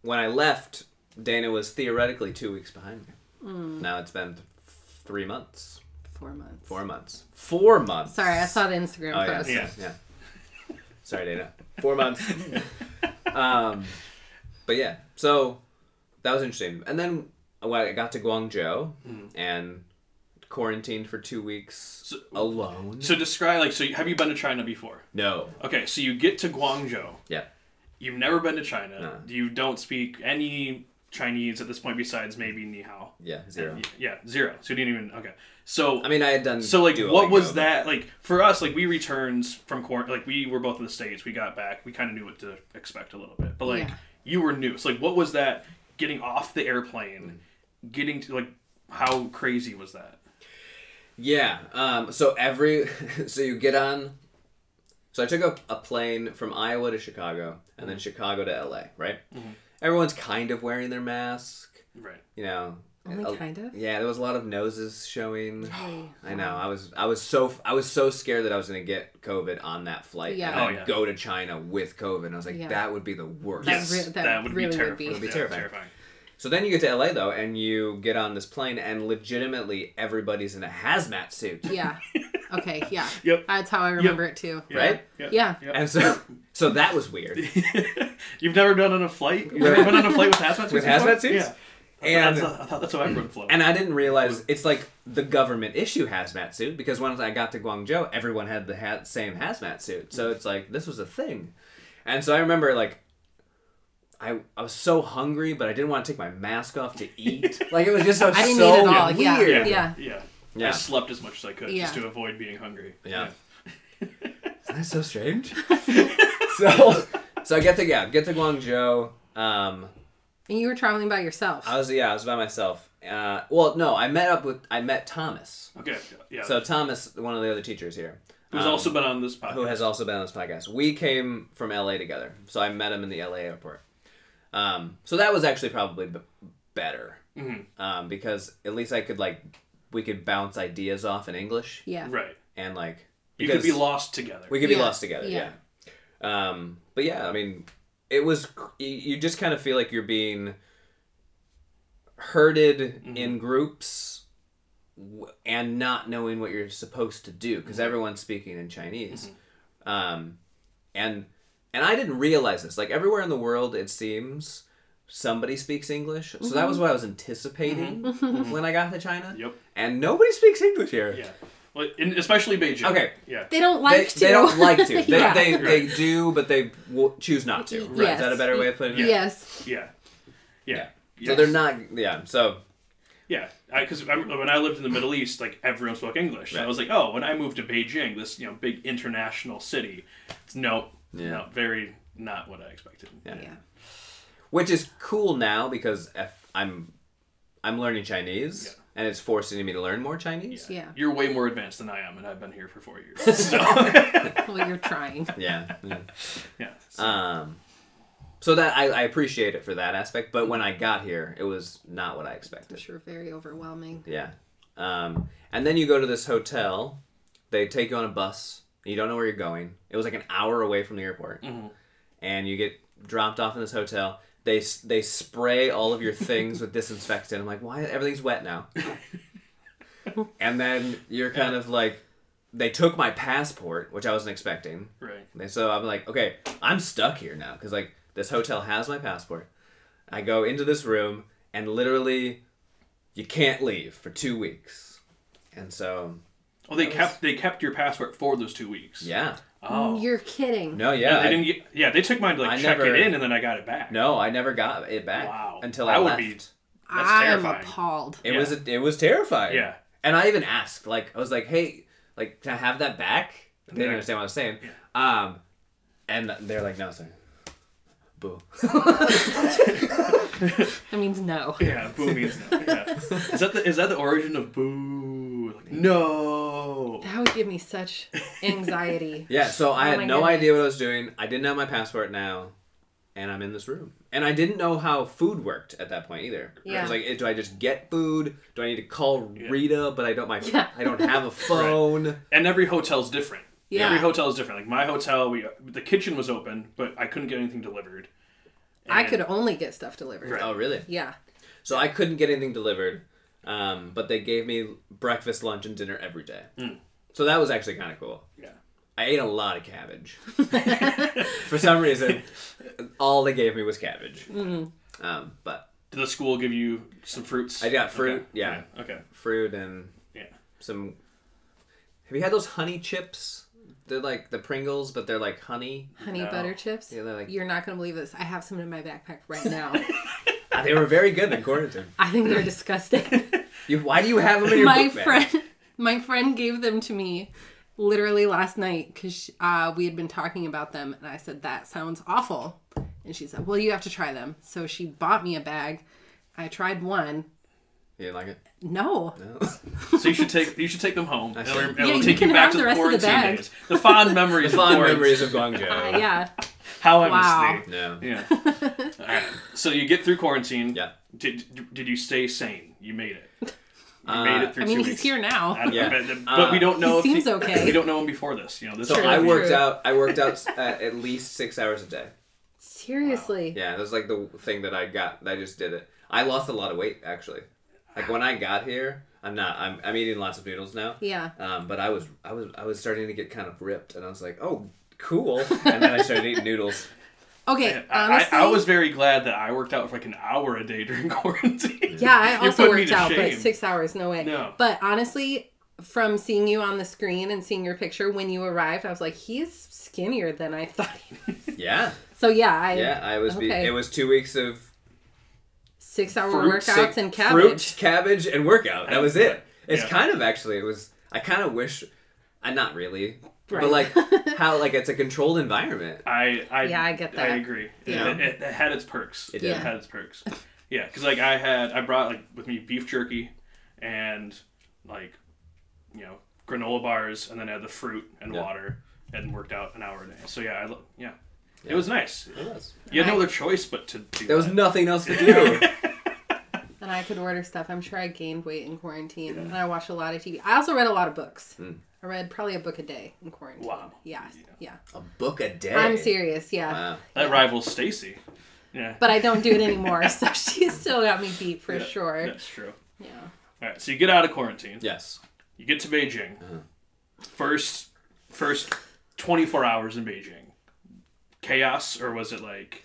Speaker 3: When I left, Dana was theoretically two weeks behind me. Now it's been th- three months,
Speaker 1: Four months.
Speaker 3: four months, four months.
Speaker 1: Sorry, I saw the Instagram
Speaker 3: Oh yeah,
Speaker 1: post.
Speaker 2: Yeah.
Speaker 3: yeah. yeah. Sorry, Dana. Four months. um, but yeah, so that was interesting. And then when I got to Guangzhou
Speaker 2: Mm-hmm.
Speaker 3: and quarantined for two weeks alone.
Speaker 2: So describe like so. you- Have you been to China before?
Speaker 3: No.
Speaker 2: Okay, so you get to Guangzhou.
Speaker 3: Yeah.
Speaker 2: You've never been to China.
Speaker 3: No.
Speaker 2: You don't speak any Chinese at this point besides maybe Ni Hao.
Speaker 3: Yeah. Zero.
Speaker 2: Y- Yeah, zero. So you didn't even okay. So
Speaker 3: I mean, I had done.
Speaker 2: so like what
Speaker 3: Duolingo,
Speaker 2: was
Speaker 3: but-
Speaker 2: that like for us like we returned from quarantine like we were both in the states we got back we kind of knew what to expect a little bit but like
Speaker 1: Yeah.
Speaker 2: you were new so like what was that getting off the airplane
Speaker 3: Mm.
Speaker 2: getting to like how crazy was that
Speaker 3: Yeah. Um, so every so you get on. So I took a, a plane from Iowa to Chicago and
Speaker 2: Mm-hmm.
Speaker 3: then Chicago to LA. Right. Everyone's kind of wearing their mask.
Speaker 2: right
Speaker 3: You know.
Speaker 1: Only
Speaker 3: a-
Speaker 1: kind of? Oh,
Speaker 3: Yeah, there was a lot of noses showing.
Speaker 1: Hey,
Speaker 3: I know. I was I was so I was so scared that I was gonna get COVID on that flight.
Speaker 1: Yeah.
Speaker 3: And
Speaker 2: Oh,
Speaker 3: I'd
Speaker 2: yeah.
Speaker 3: go to China with COVID. And I was like,
Speaker 1: Yeah.
Speaker 3: that would be the worst.
Speaker 1: That re- that really would be-
Speaker 2: terrifying.
Speaker 1: Would
Speaker 3: be
Speaker 2: Yeah,
Speaker 3: terrifying. So then you get to LA though, and you get on this plane, and legitimately everybody's in a hazmat suit.
Speaker 1: Yeah. Okay. Yeah.
Speaker 2: Yep.
Speaker 1: That's how I remember it too.
Speaker 2: Yeah,
Speaker 3: Right?
Speaker 2: yeah,
Speaker 1: Yeah.
Speaker 2: yeah.
Speaker 3: And so so that was weird.
Speaker 2: you've never been on a flight you've
Speaker 3: Right.
Speaker 2: never been on a flight with hazmat suits
Speaker 3: With
Speaker 2: before?
Speaker 3: hazmat suits?
Speaker 2: yeah and
Speaker 3: And-
Speaker 2: that's, I thought that's how everyone flew
Speaker 3: And I didn't realize it's like the government issue hazmat suit because once I got to Guangzhou, everyone had the ha- same hazmat suit. So it's like this was a thing. And so I remember like I I was so hungry, but I didn't want to take my mask off to eat. like it was just so
Speaker 1: I didn't
Speaker 3: so
Speaker 1: eat at all. Yeah.
Speaker 3: weird.
Speaker 1: Yeah.
Speaker 2: yeah
Speaker 3: Yeah.
Speaker 2: I slept as much as I could
Speaker 1: Yeah.
Speaker 2: just to avoid being hungry
Speaker 3: Yeah. Isn't that so strange? so so I get to yeah, get to Guangzhou. Um
Speaker 1: And you were traveling by yourself.
Speaker 3: I was yeah, I was by myself. Uh well no, I met up with I met Thomas.
Speaker 2: okay yeah
Speaker 3: So Thomas, one of the other teachers here.
Speaker 2: who's
Speaker 3: um,
Speaker 2: also been on this podcast
Speaker 3: who has also been on this podcast. We came from LA together, so I met him in the LA airport. Um, so that was actually probably b- better
Speaker 2: Mm-hmm.
Speaker 3: um, because at least I could like we could bounce ideas off in English
Speaker 1: yeah.
Speaker 2: right
Speaker 3: and like
Speaker 2: You could
Speaker 3: because
Speaker 2: be lost together.
Speaker 3: We could be
Speaker 1: Yeah.
Speaker 3: lost together.
Speaker 1: Yeah.
Speaker 3: Yeah. Um, but yeah, I mean, it was cr- you- you just kind of feel like you're being herded in groups w- and not knowing what you're supposed to do because everyone's speaking in Chinese. Um, and and I didn't realize this. Like everywhere in the world, it seems somebody speaks English. So that was what I was anticipating when I got to China.
Speaker 2: Yep.
Speaker 3: And nobody speaks English here.
Speaker 2: yeah. Well, in, especially Beijing.
Speaker 3: Okay.
Speaker 2: Yeah.
Speaker 1: They don't like to.
Speaker 3: They, they don't like to. They,
Speaker 1: Yeah.
Speaker 3: they, they
Speaker 2: Right.
Speaker 3: do, but they w- choose not to.
Speaker 1: Y-
Speaker 3: Is that a
Speaker 1: yes.
Speaker 3: better way of putting it?
Speaker 1: Yes.
Speaker 2: Yeah. Yeah. Yeah.
Speaker 3: So they're not. Yeah. So
Speaker 2: Yeah. Because when I lived in the Middle East, like everyone spoke English. So I
Speaker 3: Right.
Speaker 2: was like, oh, when I moved to Beijing, this you know big international city, it's no,
Speaker 3: Yeah.
Speaker 2: no, very not what I expected.
Speaker 3: Yeah.
Speaker 1: Yeah.
Speaker 3: which is cool now because if I'm I'm learning Chinese
Speaker 2: Yeah.
Speaker 3: and it's forcing me to learn more Chinese.
Speaker 1: Yeah.
Speaker 2: You're way more advanced than I am, and I've been here for four years. So
Speaker 1: Well, you're trying.
Speaker 3: Yeah. yeah.
Speaker 2: yeah.
Speaker 3: Um. So that I, I appreciate it for that aspect, but when I got here, it was not what I expected.
Speaker 1: Sure. Very overwhelming.
Speaker 3: Yeah. Um, and then you go to this hotel. They take you on a bus and you don't know where you're going. It was like an hour away from the airport, and you get dropped off in this hotel. They s- they spray all of your things with disinfectant. I'm like, why everything's wet now? and then you're kind of like, they took my passport, which I wasn't expecting.
Speaker 2: Right.
Speaker 3: And so I'm like, okay, I'm stuck here now because like this hotel has my passport. I go into this room and literally, you can't leave for two weeks. And so
Speaker 2: Well, they kept they kept your passport for those two weeks.
Speaker 3: yeah,
Speaker 2: Oh.
Speaker 1: You're kidding.
Speaker 3: no, yeah,
Speaker 2: Yeah,
Speaker 3: I-
Speaker 2: they didn't. Get, yeah, they took mine to like
Speaker 3: I
Speaker 2: check
Speaker 3: never-
Speaker 2: it in, and then I got it back.
Speaker 3: no, I never got it back
Speaker 2: Wow.
Speaker 3: until I,
Speaker 2: I would
Speaker 3: left.
Speaker 2: be- That's
Speaker 1: I'm
Speaker 2: terrifying.
Speaker 1: appalled.
Speaker 3: It
Speaker 2: Yeah.
Speaker 3: was it was terrifying.
Speaker 2: Yeah.
Speaker 3: And I even asked, like, I was like, hey, like, can I have that back? They didn't
Speaker 2: Yeah.
Speaker 3: understand what I was saying. Um, and they're like, no, sir. Boo.
Speaker 1: That means no.
Speaker 2: Yeah, boo means no. Yeah. Is that the is that the origin of boo? Like, no.
Speaker 1: That would give me such anxiety.
Speaker 3: Yeah, so I
Speaker 1: Oh
Speaker 3: had
Speaker 1: my
Speaker 3: no
Speaker 1: goodness.
Speaker 3: idea what I was doing. I didn't have my passport now, and I'm in this room. And I didn't know how food worked at that point either. I
Speaker 1: Yeah.
Speaker 3: was like, eh, do I just get food? Do I need to call Rita? But I don't. My
Speaker 1: Yeah.
Speaker 3: I don't have a phone.
Speaker 2: And every hotel's different.
Speaker 1: Yeah.
Speaker 2: Every hotel is different. Like my hotel, we the kitchen was open, but I couldn't get anything delivered.
Speaker 1: I
Speaker 2: And-
Speaker 1: could only get stuff delivered.
Speaker 2: Right.
Speaker 3: Oh, really?
Speaker 1: Yeah.
Speaker 3: So I couldn't get anything delivered, um, but they gave me breakfast, lunch, and dinner every day. So that was actually kind of cool.
Speaker 2: Mm. Yeah.
Speaker 3: I ate a lot of cabbage. For some reason, all they gave me was cabbage.
Speaker 1: Mm-hmm.
Speaker 3: Um, but
Speaker 2: Did the school give you some fruits?
Speaker 3: I got fruit,
Speaker 2: Okay.
Speaker 3: yeah.
Speaker 2: Okay.
Speaker 3: fruit and
Speaker 2: Yeah.
Speaker 3: some. Have you had those honey chips? They're like the Pringles, but they're like honey.
Speaker 1: Honey
Speaker 2: No.
Speaker 1: butter chips.
Speaker 3: Yeah, they're like-
Speaker 1: You're not going to believe this. I have some in my backpack right now.
Speaker 3: Ah, They were very good in quarantine.
Speaker 1: I think they're disgusting.
Speaker 3: You, why do you have them in your
Speaker 1: my
Speaker 3: book bag?
Speaker 1: friend my friend gave them to me literally last night because uh, we had been talking about them and i said that sounds awful and she said well you have to try them so she bought me a bag i tried one
Speaker 3: You didn't like it?
Speaker 1: no
Speaker 3: No.
Speaker 2: So you should take you should take them home, and it'll,
Speaker 3: should.
Speaker 2: it'll
Speaker 1: Yeah, you
Speaker 2: take you,
Speaker 1: can have
Speaker 2: back to
Speaker 1: the
Speaker 2: the,
Speaker 1: rest of the
Speaker 2: quarantine
Speaker 1: bag.
Speaker 2: days. The fond memories. of
Speaker 3: Fond
Speaker 2: quarantine.
Speaker 3: memories of Guangzhou.
Speaker 1: yeah
Speaker 2: How I
Speaker 1: Wow.
Speaker 2: miss thee.
Speaker 3: No.
Speaker 2: Yeah. All right. So you get through quarantine.
Speaker 3: Yeah.
Speaker 2: Did did you stay sane? You made it. You made it through.
Speaker 1: i mean
Speaker 2: two
Speaker 1: he's
Speaker 2: weeks.
Speaker 1: here now
Speaker 2: I- I
Speaker 3: Uh, Yeah. Uh,
Speaker 2: bet that- but we don't know.
Speaker 1: He
Speaker 2: if
Speaker 1: seems okay.
Speaker 2: We don't know him before this. You know, this.
Speaker 3: So
Speaker 2: is-
Speaker 1: True,
Speaker 3: I worked
Speaker 1: true.
Speaker 3: out. I worked out uh, at least six hours a day.
Speaker 1: seriously
Speaker 3: Yeah, that was like the thing that I got. I just did it. I lost a lot of weight actually. Like when I got here, I'm not. I'm, I'm eating lots of noodles now.
Speaker 1: yeah,
Speaker 3: Um, but I was I was I was starting to get kind of ripped, and I was like, oh, cool. And then I started eating noodles.
Speaker 1: okay
Speaker 2: I,
Speaker 1: honestly
Speaker 2: I, I was very glad that I worked out for like an hour a day during quarantine.
Speaker 1: yeah i
Speaker 2: You're
Speaker 1: also
Speaker 2: putting me
Speaker 1: worked
Speaker 2: to
Speaker 1: out but
Speaker 2: shame.
Speaker 1: six hours no way
Speaker 2: No.
Speaker 1: but honestly from seeing you on the screen and seeing your picture when you arrived i was like he is skinnier than i thought he was
Speaker 3: Yeah,
Speaker 1: so yeah i
Speaker 3: yeah. I was. Be,
Speaker 1: Okay.
Speaker 3: it was two weeks of
Speaker 1: six hour
Speaker 3: fruit,
Speaker 1: workouts
Speaker 3: sick-
Speaker 1: and
Speaker 3: fruit,
Speaker 1: cabbage.
Speaker 3: cabbage, and workout. That was it. It's
Speaker 2: Yeah.
Speaker 3: kind of actually. It was. I kind of wish. I not really.
Speaker 1: Right.
Speaker 3: But like how like it's a controlled environment.
Speaker 2: I, I
Speaker 1: Yeah, I get that.
Speaker 2: I agree.
Speaker 1: Yeah.
Speaker 2: It, it, it had its perks. It
Speaker 3: did.
Speaker 1: Yeah.
Speaker 2: had its perks. Yeah, because like I had, I brought like with me beef jerky, and like, you know, granola bars, and then I had the fruit and
Speaker 3: Yeah.
Speaker 2: water, and worked out an hour a day. So yeah, I, lo- yeah. It was nice.
Speaker 3: It was.
Speaker 2: You had no other choice but to do
Speaker 3: There was
Speaker 2: that.
Speaker 3: nothing else to do.
Speaker 1: And I could order stuff. I'm sure I gained weight in quarantine. And I watched a lot of TV. I also read a lot of books. I read probably a book a day in quarantine.
Speaker 2: Hmm. Wow.
Speaker 1: Yeah. Yeah.
Speaker 3: a book a day.
Speaker 1: I'm serious. Yeah.
Speaker 3: Wow.
Speaker 2: that rivals Stacy. Yeah,
Speaker 1: But I don't do it anymore. so she still got me beat for sure.
Speaker 2: that's true.
Speaker 1: Yeah.
Speaker 2: All right, so you get out of quarantine.
Speaker 3: Yes.
Speaker 2: You get to Beijing. First, first twenty four hours in Beijing. Chaos, or was it like,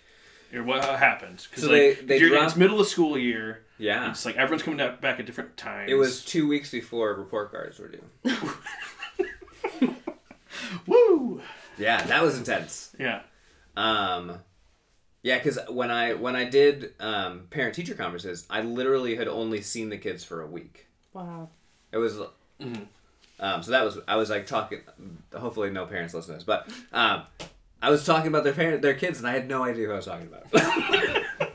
Speaker 2: or what happened? Because
Speaker 3: So
Speaker 2: like
Speaker 3: they- they
Speaker 2: you're-
Speaker 3: dropped-
Speaker 2: it's middle of school year.
Speaker 3: Yeah.
Speaker 2: It's like everyone's coming up- back at different times.
Speaker 3: It was two weeks before report cards were due.
Speaker 2: woo.
Speaker 3: Yeah, that was intense.
Speaker 2: Yeah.
Speaker 3: Um, yeah, because when I when I did um, parent teacher conferences, I literally had only seen the kids for a week.
Speaker 1: Wow.
Speaker 3: It was.
Speaker 2: Mm-hmm.
Speaker 3: Um, so that was I was like talking. Hopefully, no parents listen to this, but um, I was talking about their parent, their kids, and I had no idea who I was talking about. I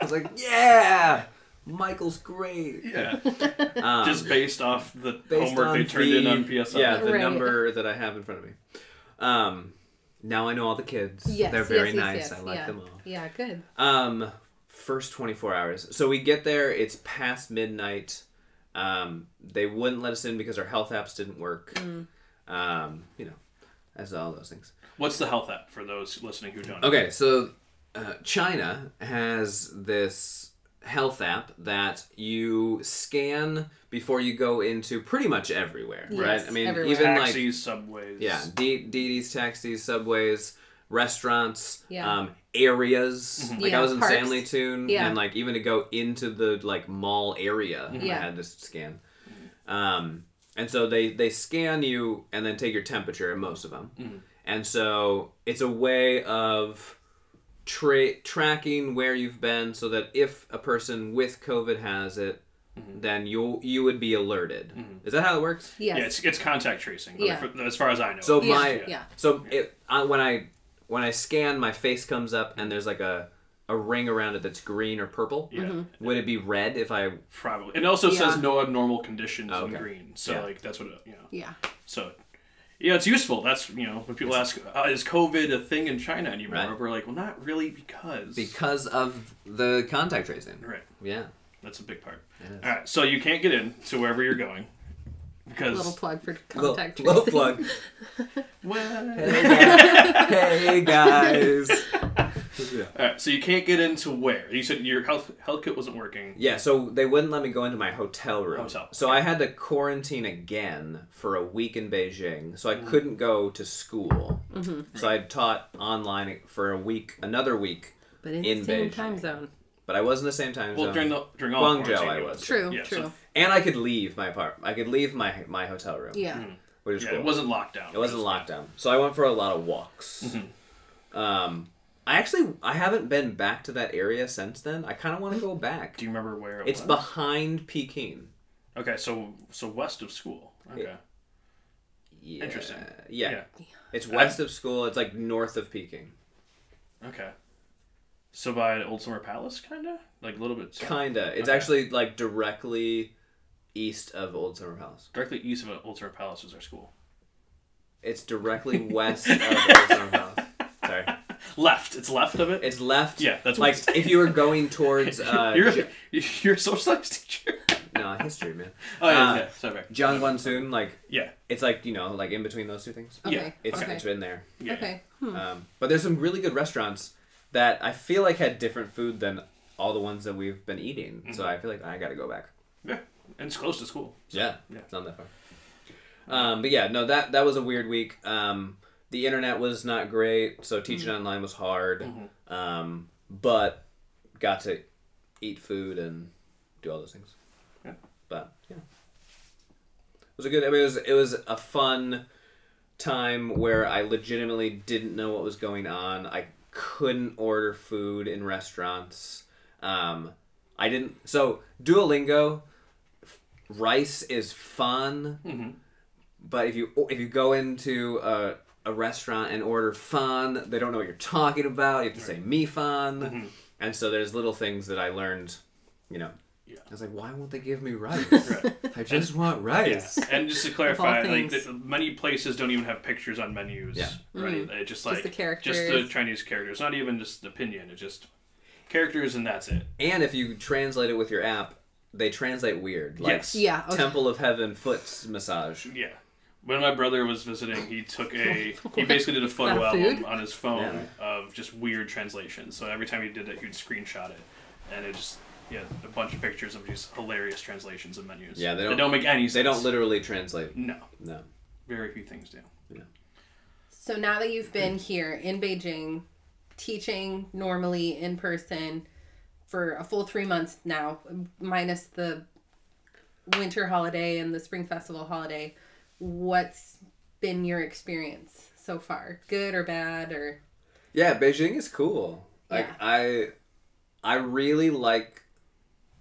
Speaker 3: was like, "Yeah, Michael's great."
Speaker 2: Yeah.
Speaker 3: Um,
Speaker 2: Just based off the
Speaker 3: based
Speaker 2: homework
Speaker 3: on
Speaker 2: they turned
Speaker 3: the,
Speaker 2: in on PSL.
Speaker 3: Yeah, the
Speaker 1: Right.
Speaker 3: number that I have in front of me. Um, now I know all the kids.
Speaker 1: Yes.
Speaker 3: They're very
Speaker 1: yes, yes,
Speaker 3: nice.
Speaker 1: yes,
Speaker 3: I like
Speaker 1: yeah.
Speaker 3: them all.
Speaker 1: Yeah. Good.
Speaker 3: Um, first 24 hours. So we get there, it's past midnight.
Speaker 1: Mm.
Speaker 3: Um, they wouldn't let us in because our health apps didn't work. Um, you know, as all those things.
Speaker 2: What's the health app for those listening who don't? know?
Speaker 3: Okay, so uh, China has this health app that you scan before you go into pretty much everywhere,
Speaker 1: Yes,
Speaker 3: right? I mean,
Speaker 1: everywhere.
Speaker 3: even like
Speaker 2: Taxis, subways.
Speaker 3: yeah, D- DDs, taxis, subways, restaurants,
Speaker 1: Yeah.
Speaker 3: um, areas. Like
Speaker 1: Yeah,
Speaker 3: I was in
Speaker 1: parks.
Speaker 3: San Leitun,
Speaker 1: Yeah.
Speaker 3: and like even to go into the like mall area,
Speaker 1: Yeah.
Speaker 3: I had to scan. Um, and so they they scan you and then take your temperature in most of them. And so it's a way of tra- tracking where you've been, so that if a person with COVID has it. Then you you would be alerted. Is that how it works?
Speaker 2: Yeah,
Speaker 1: Yes.
Speaker 2: it's, it's contact tracing. but
Speaker 1: Yeah.
Speaker 2: for- as far as I know.
Speaker 3: So
Speaker 1: Yeah,
Speaker 3: my
Speaker 1: yeah.
Speaker 3: so it I, when I when I scan, my face comes up and there's like a a ring around it that's green or purple.
Speaker 2: Yeah.
Speaker 1: Mm-hmm.
Speaker 2: Mhm.
Speaker 3: Would it be red if I?
Speaker 2: probably. It also
Speaker 1: Yeah.
Speaker 2: says no abnormal conditions
Speaker 3: Oh,
Speaker 2: in
Speaker 3: okay.
Speaker 2: green. So
Speaker 3: Yeah.
Speaker 2: like that's what it, you know.
Speaker 1: Yeah.
Speaker 2: So yeah, it's useful. That's you know when people ask, uh, is COVID a thing in China anymore?
Speaker 3: Right.
Speaker 2: We're like, well, not really because.
Speaker 3: Because of the contact tracing.
Speaker 2: right.
Speaker 3: Yeah.
Speaker 2: That's a big part.
Speaker 3: is.
Speaker 2: All right. So you can't get in to wherever you're going
Speaker 1: Little
Speaker 2: because
Speaker 1: plug for contact
Speaker 3: little,
Speaker 1: tracing.
Speaker 3: plug.
Speaker 2: well.
Speaker 3: Hey guys. hey guys. yeah.
Speaker 2: All right. So you can't get into where you said your health health kit wasn't working.
Speaker 3: Yeah, so they wouldn't let me go into my hotel room.
Speaker 2: Hotel.
Speaker 3: So I had to quarantine again for a week in Beijing. So I
Speaker 2: Mm.
Speaker 3: couldn't go to school.
Speaker 1: Mm-hmm.
Speaker 3: So I taught online for a week, another week,
Speaker 1: But in,
Speaker 3: In
Speaker 1: the same
Speaker 3: Beijing.
Speaker 1: time zone.
Speaker 3: but I was in the same time
Speaker 2: Well,
Speaker 3: zone.
Speaker 2: during the during all
Speaker 3: Guangzhou
Speaker 2: quarantine,
Speaker 3: I
Speaker 2: it
Speaker 3: was.
Speaker 1: True,
Speaker 2: yeah, so-
Speaker 1: true.
Speaker 3: and I could leave my apartment. I could leave my my hotel room.
Speaker 1: Yeah.
Speaker 3: which is
Speaker 2: yeah,
Speaker 3: cool.
Speaker 2: it wasn't lockdown.
Speaker 3: It wasn't lockdown. So I went for a lot of walks.
Speaker 2: Mm-hmm.
Speaker 3: Um, I actually I haven't been back to that area since then. I kind of want to go back.
Speaker 2: Do you remember where it
Speaker 3: It's
Speaker 2: was?
Speaker 3: behind Peking.
Speaker 2: Okay, so so west of school. Okay.
Speaker 3: Yeah.
Speaker 2: Interesting.
Speaker 3: Yeah.
Speaker 2: Yeah.
Speaker 3: It's west of school. It's like north of Peking.
Speaker 2: Okay. So by Old Summer Palace, kind of like a little bit south-
Speaker 3: Kinda. It's
Speaker 2: Okay.
Speaker 3: actually like directly east of Old Summer Palace.
Speaker 2: directly east of Old Summer Palace is our school.
Speaker 3: It's directly west of Old Summer Palace. Sorry.
Speaker 2: Left. It's left of it.
Speaker 3: It's left.
Speaker 2: Yeah, that's
Speaker 3: like
Speaker 2: west.
Speaker 3: if you were going towards uh,
Speaker 2: you're,
Speaker 3: Ju-
Speaker 2: you're a social studies teacher.
Speaker 3: no history, man.
Speaker 2: Oh yeah,
Speaker 3: Uh,
Speaker 2: yeah. Sorry.
Speaker 3: John Guansoon, like
Speaker 2: Yeah.
Speaker 3: it's like you know, like in between those two things.
Speaker 1: Okay.
Speaker 2: Yeah.
Speaker 3: It's
Speaker 1: okay.
Speaker 3: it's been there.
Speaker 2: Yeah.
Speaker 1: Okay. Hmm.
Speaker 3: Um, but there's some really good restaurants that I feel like had different food than all the ones that we've been eating. So
Speaker 1: Mm-hmm.
Speaker 3: I feel like I got to go back.
Speaker 2: Yeah. And it's close to school.
Speaker 3: Yeah,
Speaker 2: Yeah.
Speaker 3: it's not that far. Um, but yeah, no, that that was a weird week. Um, the internet was not great, so
Speaker 1: Mm-hmm.
Speaker 3: teaching online was hard. Um, but got to eat food and do all those things.
Speaker 2: Yeah.
Speaker 3: But yeah, it was a good. I mean, it was it was a fun time where I legitimately didn't know what was going on. I couldn't order food in restaurants. Um, I didn't. So Duolingo, rice is fun,
Speaker 2: Mm-hmm.
Speaker 3: but if you if you go into a, a restaurant and order fun, they don't know what you're talking about. You have to say me fun,
Speaker 2: Mm-hmm.
Speaker 3: and so there's little things that I learned. You know,
Speaker 2: Yeah.
Speaker 3: I was like, why won't they give me rice?
Speaker 2: Right.
Speaker 3: I just want rice.
Speaker 2: Yeah. And just to clarify, like
Speaker 1: things.
Speaker 2: the, many places don't even have pictures on menus.
Speaker 3: Yeah.
Speaker 2: Right. It just like
Speaker 1: Mm. the
Speaker 2: just the
Speaker 1: characters.
Speaker 2: Chinese characters. Not even just the pinyin. It's just characters, and that's it.
Speaker 3: And if you translate it with your app, they translate weird. Like
Speaker 2: Yes.
Speaker 1: Yeah. Okay.
Speaker 3: Temple of Heaven foot massage.
Speaker 2: Yeah. When my brother was visiting, he took a he basically did a photo
Speaker 1: About
Speaker 2: album
Speaker 1: food?
Speaker 2: on his phone of just weird translations. So every time he did that, he'd screenshot it, and it just yeah a bunch of pictures of just hilarious translations of menus.
Speaker 3: Yeah, they
Speaker 2: That
Speaker 3: don't-
Speaker 2: make any sense.
Speaker 3: They don't literally translate.
Speaker 2: no,
Speaker 3: No.
Speaker 2: very few things do.
Speaker 1: So now that you've been here in Beijing, teaching normally in person for a full three months now, minus the winter holiday and the spring festival holiday, what's been your experience so far? Good or bad or
Speaker 3: Yeah, Beijing is cool. Like
Speaker 1: Yeah.
Speaker 3: I I really like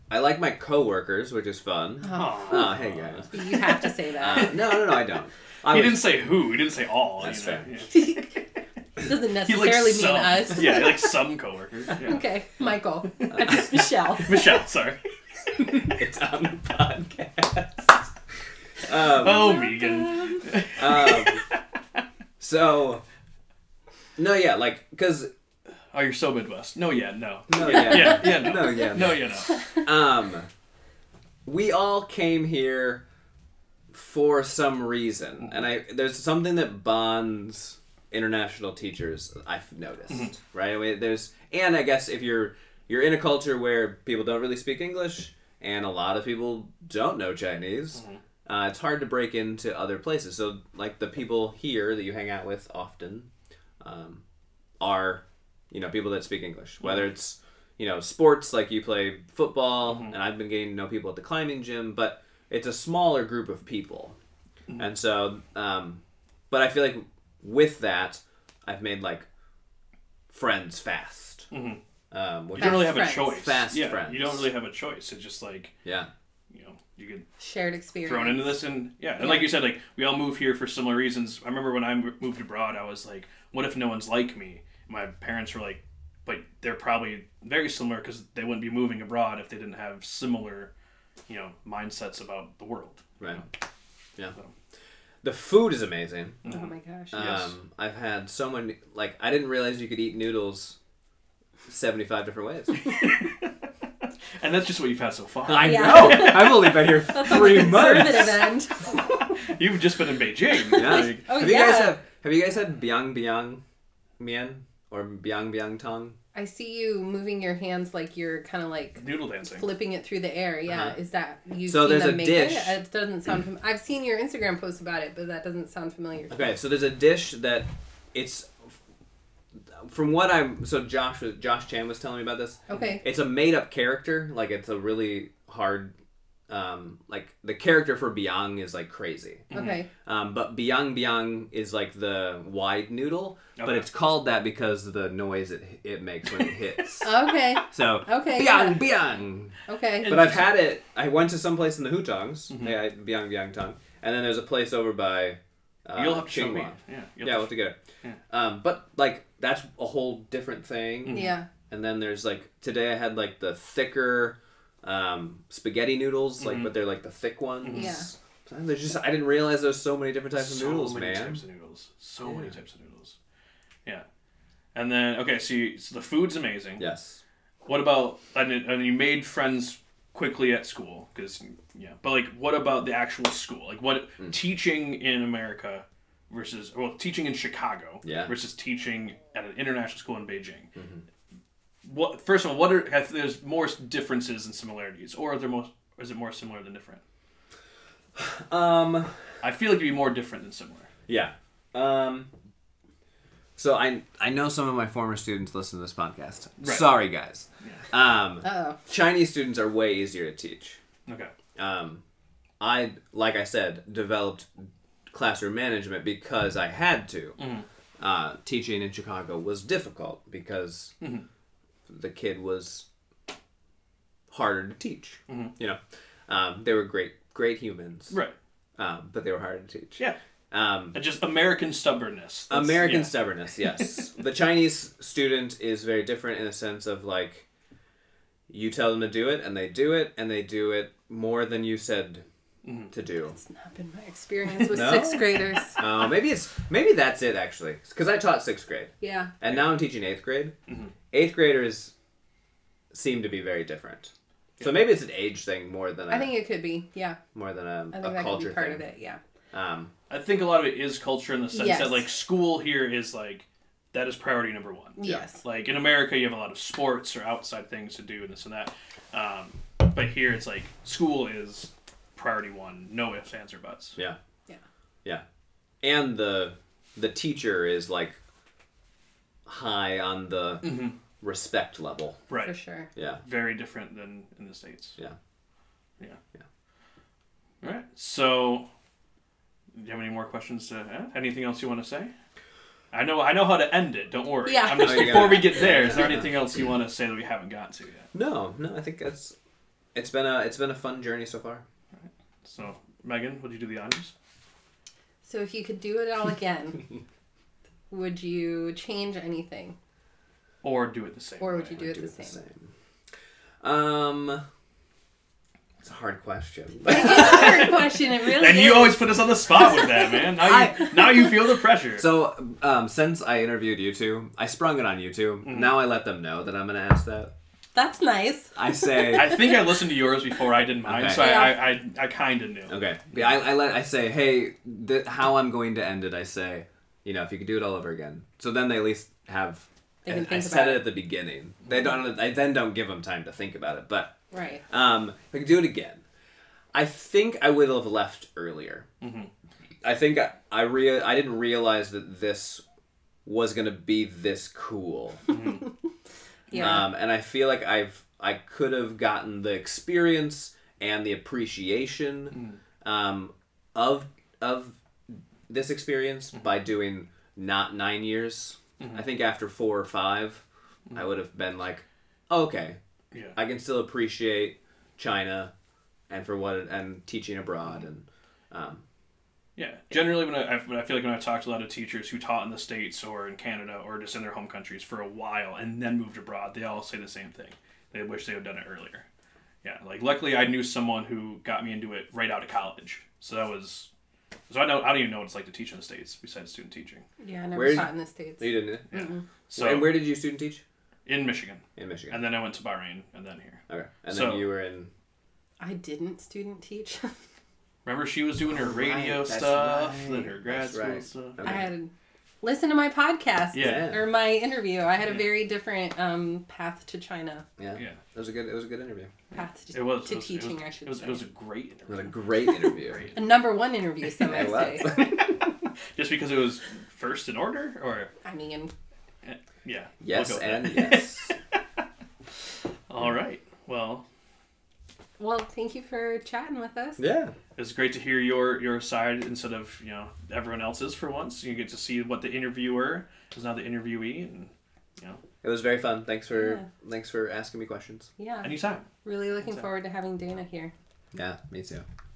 Speaker 3: I like my coworkers, which is fun.
Speaker 1: Uh-huh.
Speaker 2: Oh,
Speaker 3: Oh, hey guys.
Speaker 1: you have to say that.
Speaker 2: Um,
Speaker 3: Uh, no, no, no, I don't. I
Speaker 2: He
Speaker 3: was-
Speaker 2: didn't say who. He didn't say all.
Speaker 3: That's
Speaker 2: you know?
Speaker 3: fair.
Speaker 2: Yeah.
Speaker 1: Doesn't
Speaker 2: He
Speaker 1: necessarily
Speaker 2: like
Speaker 1: mean
Speaker 2: some.
Speaker 1: us.
Speaker 2: Yeah, he like some coworkers. Yeah.
Speaker 1: Okay, Michael. I just Michelle.
Speaker 2: Michelle, sorry.
Speaker 3: it's on the podcast. um,
Speaker 2: Oh, Megan.
Speaker 3: um, so no, yeah, like because
Speaker 2: Oh, you're so Midwest. No, yeah, no.
Speaker 3: no,
Speaker 2: yeah,
Speaker 3: yeah,
Speaker 2: yeah, no.
Speaker 3: no, yeah,
Speaker 2: No, yeah, no.
Speaker 3: Um, we all came here for some reason, and I there's something that bonds international teachers. I've noticed, right? I mean, there's and I guess if you're you're in a culture where people don't really speak English and a lot of people don't know Chinese, uh, it's hard to break into other places. So like the people here that you hang out with often um, are you know people that speak English, whether it's you know sports like you play football
Speaker 2: Mm-hmm.
Speaker 3: and I've been getting to know people at the climbing gym, but it's a smaller group of people,
Speaker 2: Mm-hmm.
Speaker 3: and so um, but I feel like with that I've made like friends fast.
Speaker 2: Mm-hmm.
Speaker 3: Um, which
Speaker 2: You don't really have
Speaker 1: Fast
Speaker 2: a
Speaker 1: friends.
Speaker 2: choice.
Speaker 3: Fast
Speaker 2: yeah,
Speaker 3: friends.
Speaker 2: you don't really have a choice. It's just like
Speaker 3: yeah,
Speaker 2: you know you get
Speaker 1: Shared experience.
Speaker 2: thrown into this and yeah and like you said like we all move here for similar reasons i remember when i mo- moved abroad i was like what if no one's like me my parents were like but they're probably very similar because they wouldn't be moving abroad if they didn't have similar you know mindsets about the world
Speaker 3: right, yeah.
Speaker 2: So.
Speaker 3: The food is amazing.
Speaker 1: Oh my gosh.
Speaker 2: Yes.
Speaker 3: Um, I've had so many. Like, I didn't realize you could eat noodles seventy-five different ways.
Speaker 2: and that's just what you've had so far
Speaker 3: I
Speaker 1: Yeah.
Speaker 3: know. I've only been here three
Speaker 1: Conservative
Speaker 3: months.
Speaker 1: end.
Speaker 2: you've just been in beijing
Speaker 3: Yeah.
Speaker 2: Like,
Speaker 1: Oh,
Speaker 3: have you guys
Speaker 1: yeah.
Speaker 3: have Have you guys had biang biang mian or biang biang tong?
Speaker 1: I see you moving your hands like you're kind of like
Speaker 2: noodle dancing
Speaker 1: flipping it through the air. Yeah,
Speaker 3: Uh-huh.
Speaker 1: is that you?
Speaker 3: So
Speaker 1: seen
Speaker 3: there's
Speaker 1: them
Speaker 3: a
Speaker 1: make
Speaker 3: dish.
Speaker 1: It? it doesn't sound. Fam- I've seen your Instagram post about it, but that doesn't sound familiar.
Speaker 3: Okay, so there's a dish that it's from what I'm. So Josh was- Josh Chan was telling me about this.
Speaker 1: Okay.
Speaker 3: It's a made up character. Like it's a really hard. Um, like the character for biang is like crazy.
Speaker 1: Okay.
Speaker 3: Um, but biang biang is like the wide noodle, but
Speaker 2: Okay.
Speaker 3: it's called that because of the noise it, it makes when it hits.
Speaker 2: Mm-hmm.
Speaker 1: Okay.
Speaker 3: so
Speaker 1: Okay, yeah.
Speaker 3: biang biang.
Speaker 1: Okay.
Speaker 3: But I've had it. I went to some place in the Hutongs,
Speaker 2: Mm-hmm.
Speaker 3: yeah, I- biang biang tong, and then there's a place over by. Uh,
Speaker 2: you'll have to show me
Speaker 3: Tsinghua.
Speaker 2: yeah you'll
Speaker 3: Yeah, we'll
Speaker 2: have
Speaker 3: have
Speaker 2: to-
Speaker 3: to get it. Um, but like that's a whole different thing.
Speaker 2: Mm-hmm.
Speaker 1: Yeah.
Speaker 3: And then there's like today I had like the thicker um, spaghetti noodles,
Speaker 2: Mm-hmm.
Speaker 3: like but they're like the thick ones.
Speaker 1: Mm-hmm. Yeah.
Speaker 3: There's just I didn't realize there's so many different types
Speaker 2: so
Speaker 3: of noodles,
Speaker 2: many
Speaker 3: man.
Speaker 2: types of noodles so many types of noodles yeah and then okay so, you, so the food's amazing
Speaker 3: Yes.
Speaker 2: What about and, and you made friends quickly at school because yeah, but like what about the actual school? Like what
Speaker 3: Hmm.
Speaker 2: teaching in America versus well teaching in Chicago
Speaker 3: Yeah. Mm-hmm.
Speaker 2: versus teaching at an international school in Beijing. What first of all, what are have, there's more differences and similarities, or are there most or is it more similar than different?
Speaker 3: Um.
Speaker 2: I feel like it'd be more different than similar.
Speaker 3: Yeah. Um. So I I know some of my former students listen to this podcast.
Speaker 2: Right.
Speaker 3: Sorry guys. Um,
Speaker 1: Oh.
Speaker 3: Chinese students are way easier to teach.
Speaker 2: Okay,
Speaker 3: um, I like I said developed classroom management because I had to.
Speaker 2: Mm-hmm.
Speaker 3: Uh, teaching in Chicago was difficult because
Speaker 2: Mm-hmm.
Speaker 3: the kid was harder to teach. You know, um, they were great great humans,
Speaker 2: Mm-hmm. right,
Speaker 3: um, but they were harder to teach.
Speaker 2: yeah,
Speaker 3: Um,
Speaker 2: And just American stubbornness. That's-
Speaker 3: American
Speaker 2: yeah.
Speaker 3: stubbornness, yes. the Chinese student is very different in the sense of like you tell them to do it and they do it and they do it more than you said to do.
Speaker 1: It's not been my experience with
Speaker 3: No?
Speaker 1: sixth graders.
Speaker 3: Uh, maybe it's maybe that's it actually because I taught sixth grade
Speaker 1: Yeah.
Speaker 3: and now I'm teaching eighth grade. Eighth graders seem to be very different, so maybe it's an age thing more than a
Speaker 1: I think it could be. Yeah.
Speaker 3: more than a,
Speaker 1: I think
Speaker 3: a
Speaker 1: that could
Speaker 3: culture
Speaker 1: be part
Speaker 3: thing.
Speaker 1: of it. Yeah.
Speaker 3: Um,
Speaker 2: I think a lot of it is culture in the sense
Speaker 1: Yes.
Speaker 2: that like school here is like that is priority number one.
Speaker 1: Yes.
Speaker 2: Like in America, you have a lot of sports or outside things to do and this and that. Um, but here, it's like school is priority one. No ifs, ands, or buts.
Speaker 3: Yeah.
Speaker 1: Yeah.
Speaker 3: Yeah. And the the teacher is like high on the respect level.
Speaker 2: Right.
Speaker 1: For sure.
Speaker 3: Yeah.
Speaker 2: Very different than in the states.
Speaker 3: Yeah.
Speaker 2: Yeah. All right. So, do you have any more questions to add? Anything else you want to say? I know. I know how to end it. Don't worry.
Speaker 1: Yeah.
Speaker 2: I'm just
Speaker 3: Oh, you
Speaker 2: before
Speaker 3: got
Speaker 2: we
Speaker 3: it.
Speaker 2: get there. Is there anything else you want to say that we haven't gotten to yet?
Speaker 3: No, no, I think that's it's been a it's been a fun journey so far.
Speaker 2: So, Megan, would you do the honors?
Speaker 1: So if you could do it all again, would you change anything,
Speaker 2: Or do it the same.
Speaker 1: or would
Speaker 2: way?
Speaker 1: you do it
Speaker 3: Do
Speaker 1: the
Speaker 3: it the
Speaker 1: same?
Speaker 3: same. Um it's a hard question.
Speaker 1: It's a hard question. It really.
Speaker 2: And
Speaker 1: is.
Speaker 2: you always put us on the spot with that, man. Now you, now you feel the pressure.
Speaker 3: so um, since I interviewed you two, I sprung it on you two. Now I let them know that I'm gonna ask that.
Speaker 1: That's nice.
Speaker 3: I say.
Speaker 2: I think I listened to yours before I did mine,
Speaker 3: Okay.
Speaker 2: so I,
Speaker 1: Yeah.
Speaker 2: I, I, I kind of knew.
Speaker 3: Okay. Yeah, I, I let I say, hey, th- how I'm going to end it. I say, you know, if you could do it all over again. So then they at least have.
Speaker 1: They can
Speaker 3: I- I
Speaker 1: think
Speaker 3: said
Speaker 1: about
Speaker 3: it
Speaker 1: it.
Speaker 3: at the beginning. They don't. I then don't give them time to think about it. But
Speaker 1: Right.
Speaker 3: um, if I could do it again, I think I would have left earlier. I think I I, rea- I didn't realize that this was gonna be this cool.
Speaker 1: Yeah.
Speaker 3: Um, and I feel like I've I could have gotten the experience and the appreciation
Speaker 2: Mm.
Speaker 3: um, of of this experience
Speaker 2: Mm-hmm.
Speaker 3: by doing not nine years. I think after four or 5
Speaker 2: Mm-hmm.
Speaker 3: I would have been like, okay,
Speaker 2: Yeah.
Speaker 3: I can still appreciate China and for what it, and teaching abroad and um,
Speaker 2: Yeah. Generally, when I, I- when I feel like when I talk to a lot of teachers who taught in the states or in Canada or just in their home countries for a while and then moved abroad, they all say the same thing. They wish they had done it earlier. Yeah. Like luckily, I knew someone who got me into it right out of college, so that was. So I don't, I don't even know what it's like to teach in the states besides student teaching.
Speaker 1: yeah, I never
Speaker 3: where-
Speaker 1: taught in the States.
Speaker 3: you didn't.
Speaker 2: Yeah.
Speaker 1: Mm-hmm.
Speaker 2: So
Speaker 3: So, and where did you student teach?
Speaker 2: in Michigan,
Speaker 3: In Michigan.
Speaker 2: and then I went to Bahrain, and then here.
Speaker 3: Okay, and
Speaker 2: so-
Speaker 3: then you were in.
Speaker 1: I didn't student teach.
Speaker 2: Remember, she was doing her radio
Speaker 3: right, that's
Speaker 2: stuff, then
Speaker 3: right,
Speaker 2: her grad
Speaker 3: that's
Speaker 2: school
Speaker 3: right.
Speaker 2: stuff.
Speaker 1: I
Speaker 3: Okay.
Speaker 1: had listen to my podcast
Speaker 2: Yeah.
Speaker 1: or my interview. I had a
Speaker 2: Yeah.
Speaker 1: very different um, path to China,
Speaker 3: Yeah.
Speaker 2: Yeah.
Speaker 3: It was a good. It was a good interview.
Speaker 1: path to,
Speaker 2: It was
Speaker 1: to
Speaker 2: it was,
Speaker 1: teaching.
Speaker 2: It was,
Speaker 1: I should
Speaker 2: it was,
Speaker 1: say
Speaker 2: It was a great
Speaker 3: It was a
Speaker 2: interview.
Speaker 3: great interview.
Speaker 2: Great.
Speaker 1: a number one interview. Some
Speaker 3: It
Speaker 1: might say.
Speaker 3: was.
Speaker 2: Just because it was first in order, or
Speaker 1: I mean,
Speaker 2: yeah. we'll
Speaker 3: Yes
Speaker 2: go with
Speaker 3: and
Speaker 2: that.
Speaker 3: yes.
Speaker 2: All right. Well,
Speaker 1: well, thank you for chatting with us.
Speaker 3: yeah.
Speaker 2: it's great to hear your your side instead of you know everyone else's for once. You get to see what the interviewer is now the interviewee, and you know
Speaker 3: It was very fun. Thanks for
Speaker 1: Yeah.
Speaker 3: thanks for asking me questions.
Speaker 1: Yeah,
Speaker 2: anytime.
Speaker 1: really looking
Speaker 2: Anytime.
Speaker 1: forward to having Dana here.
Speaker 3: Yeah, me too.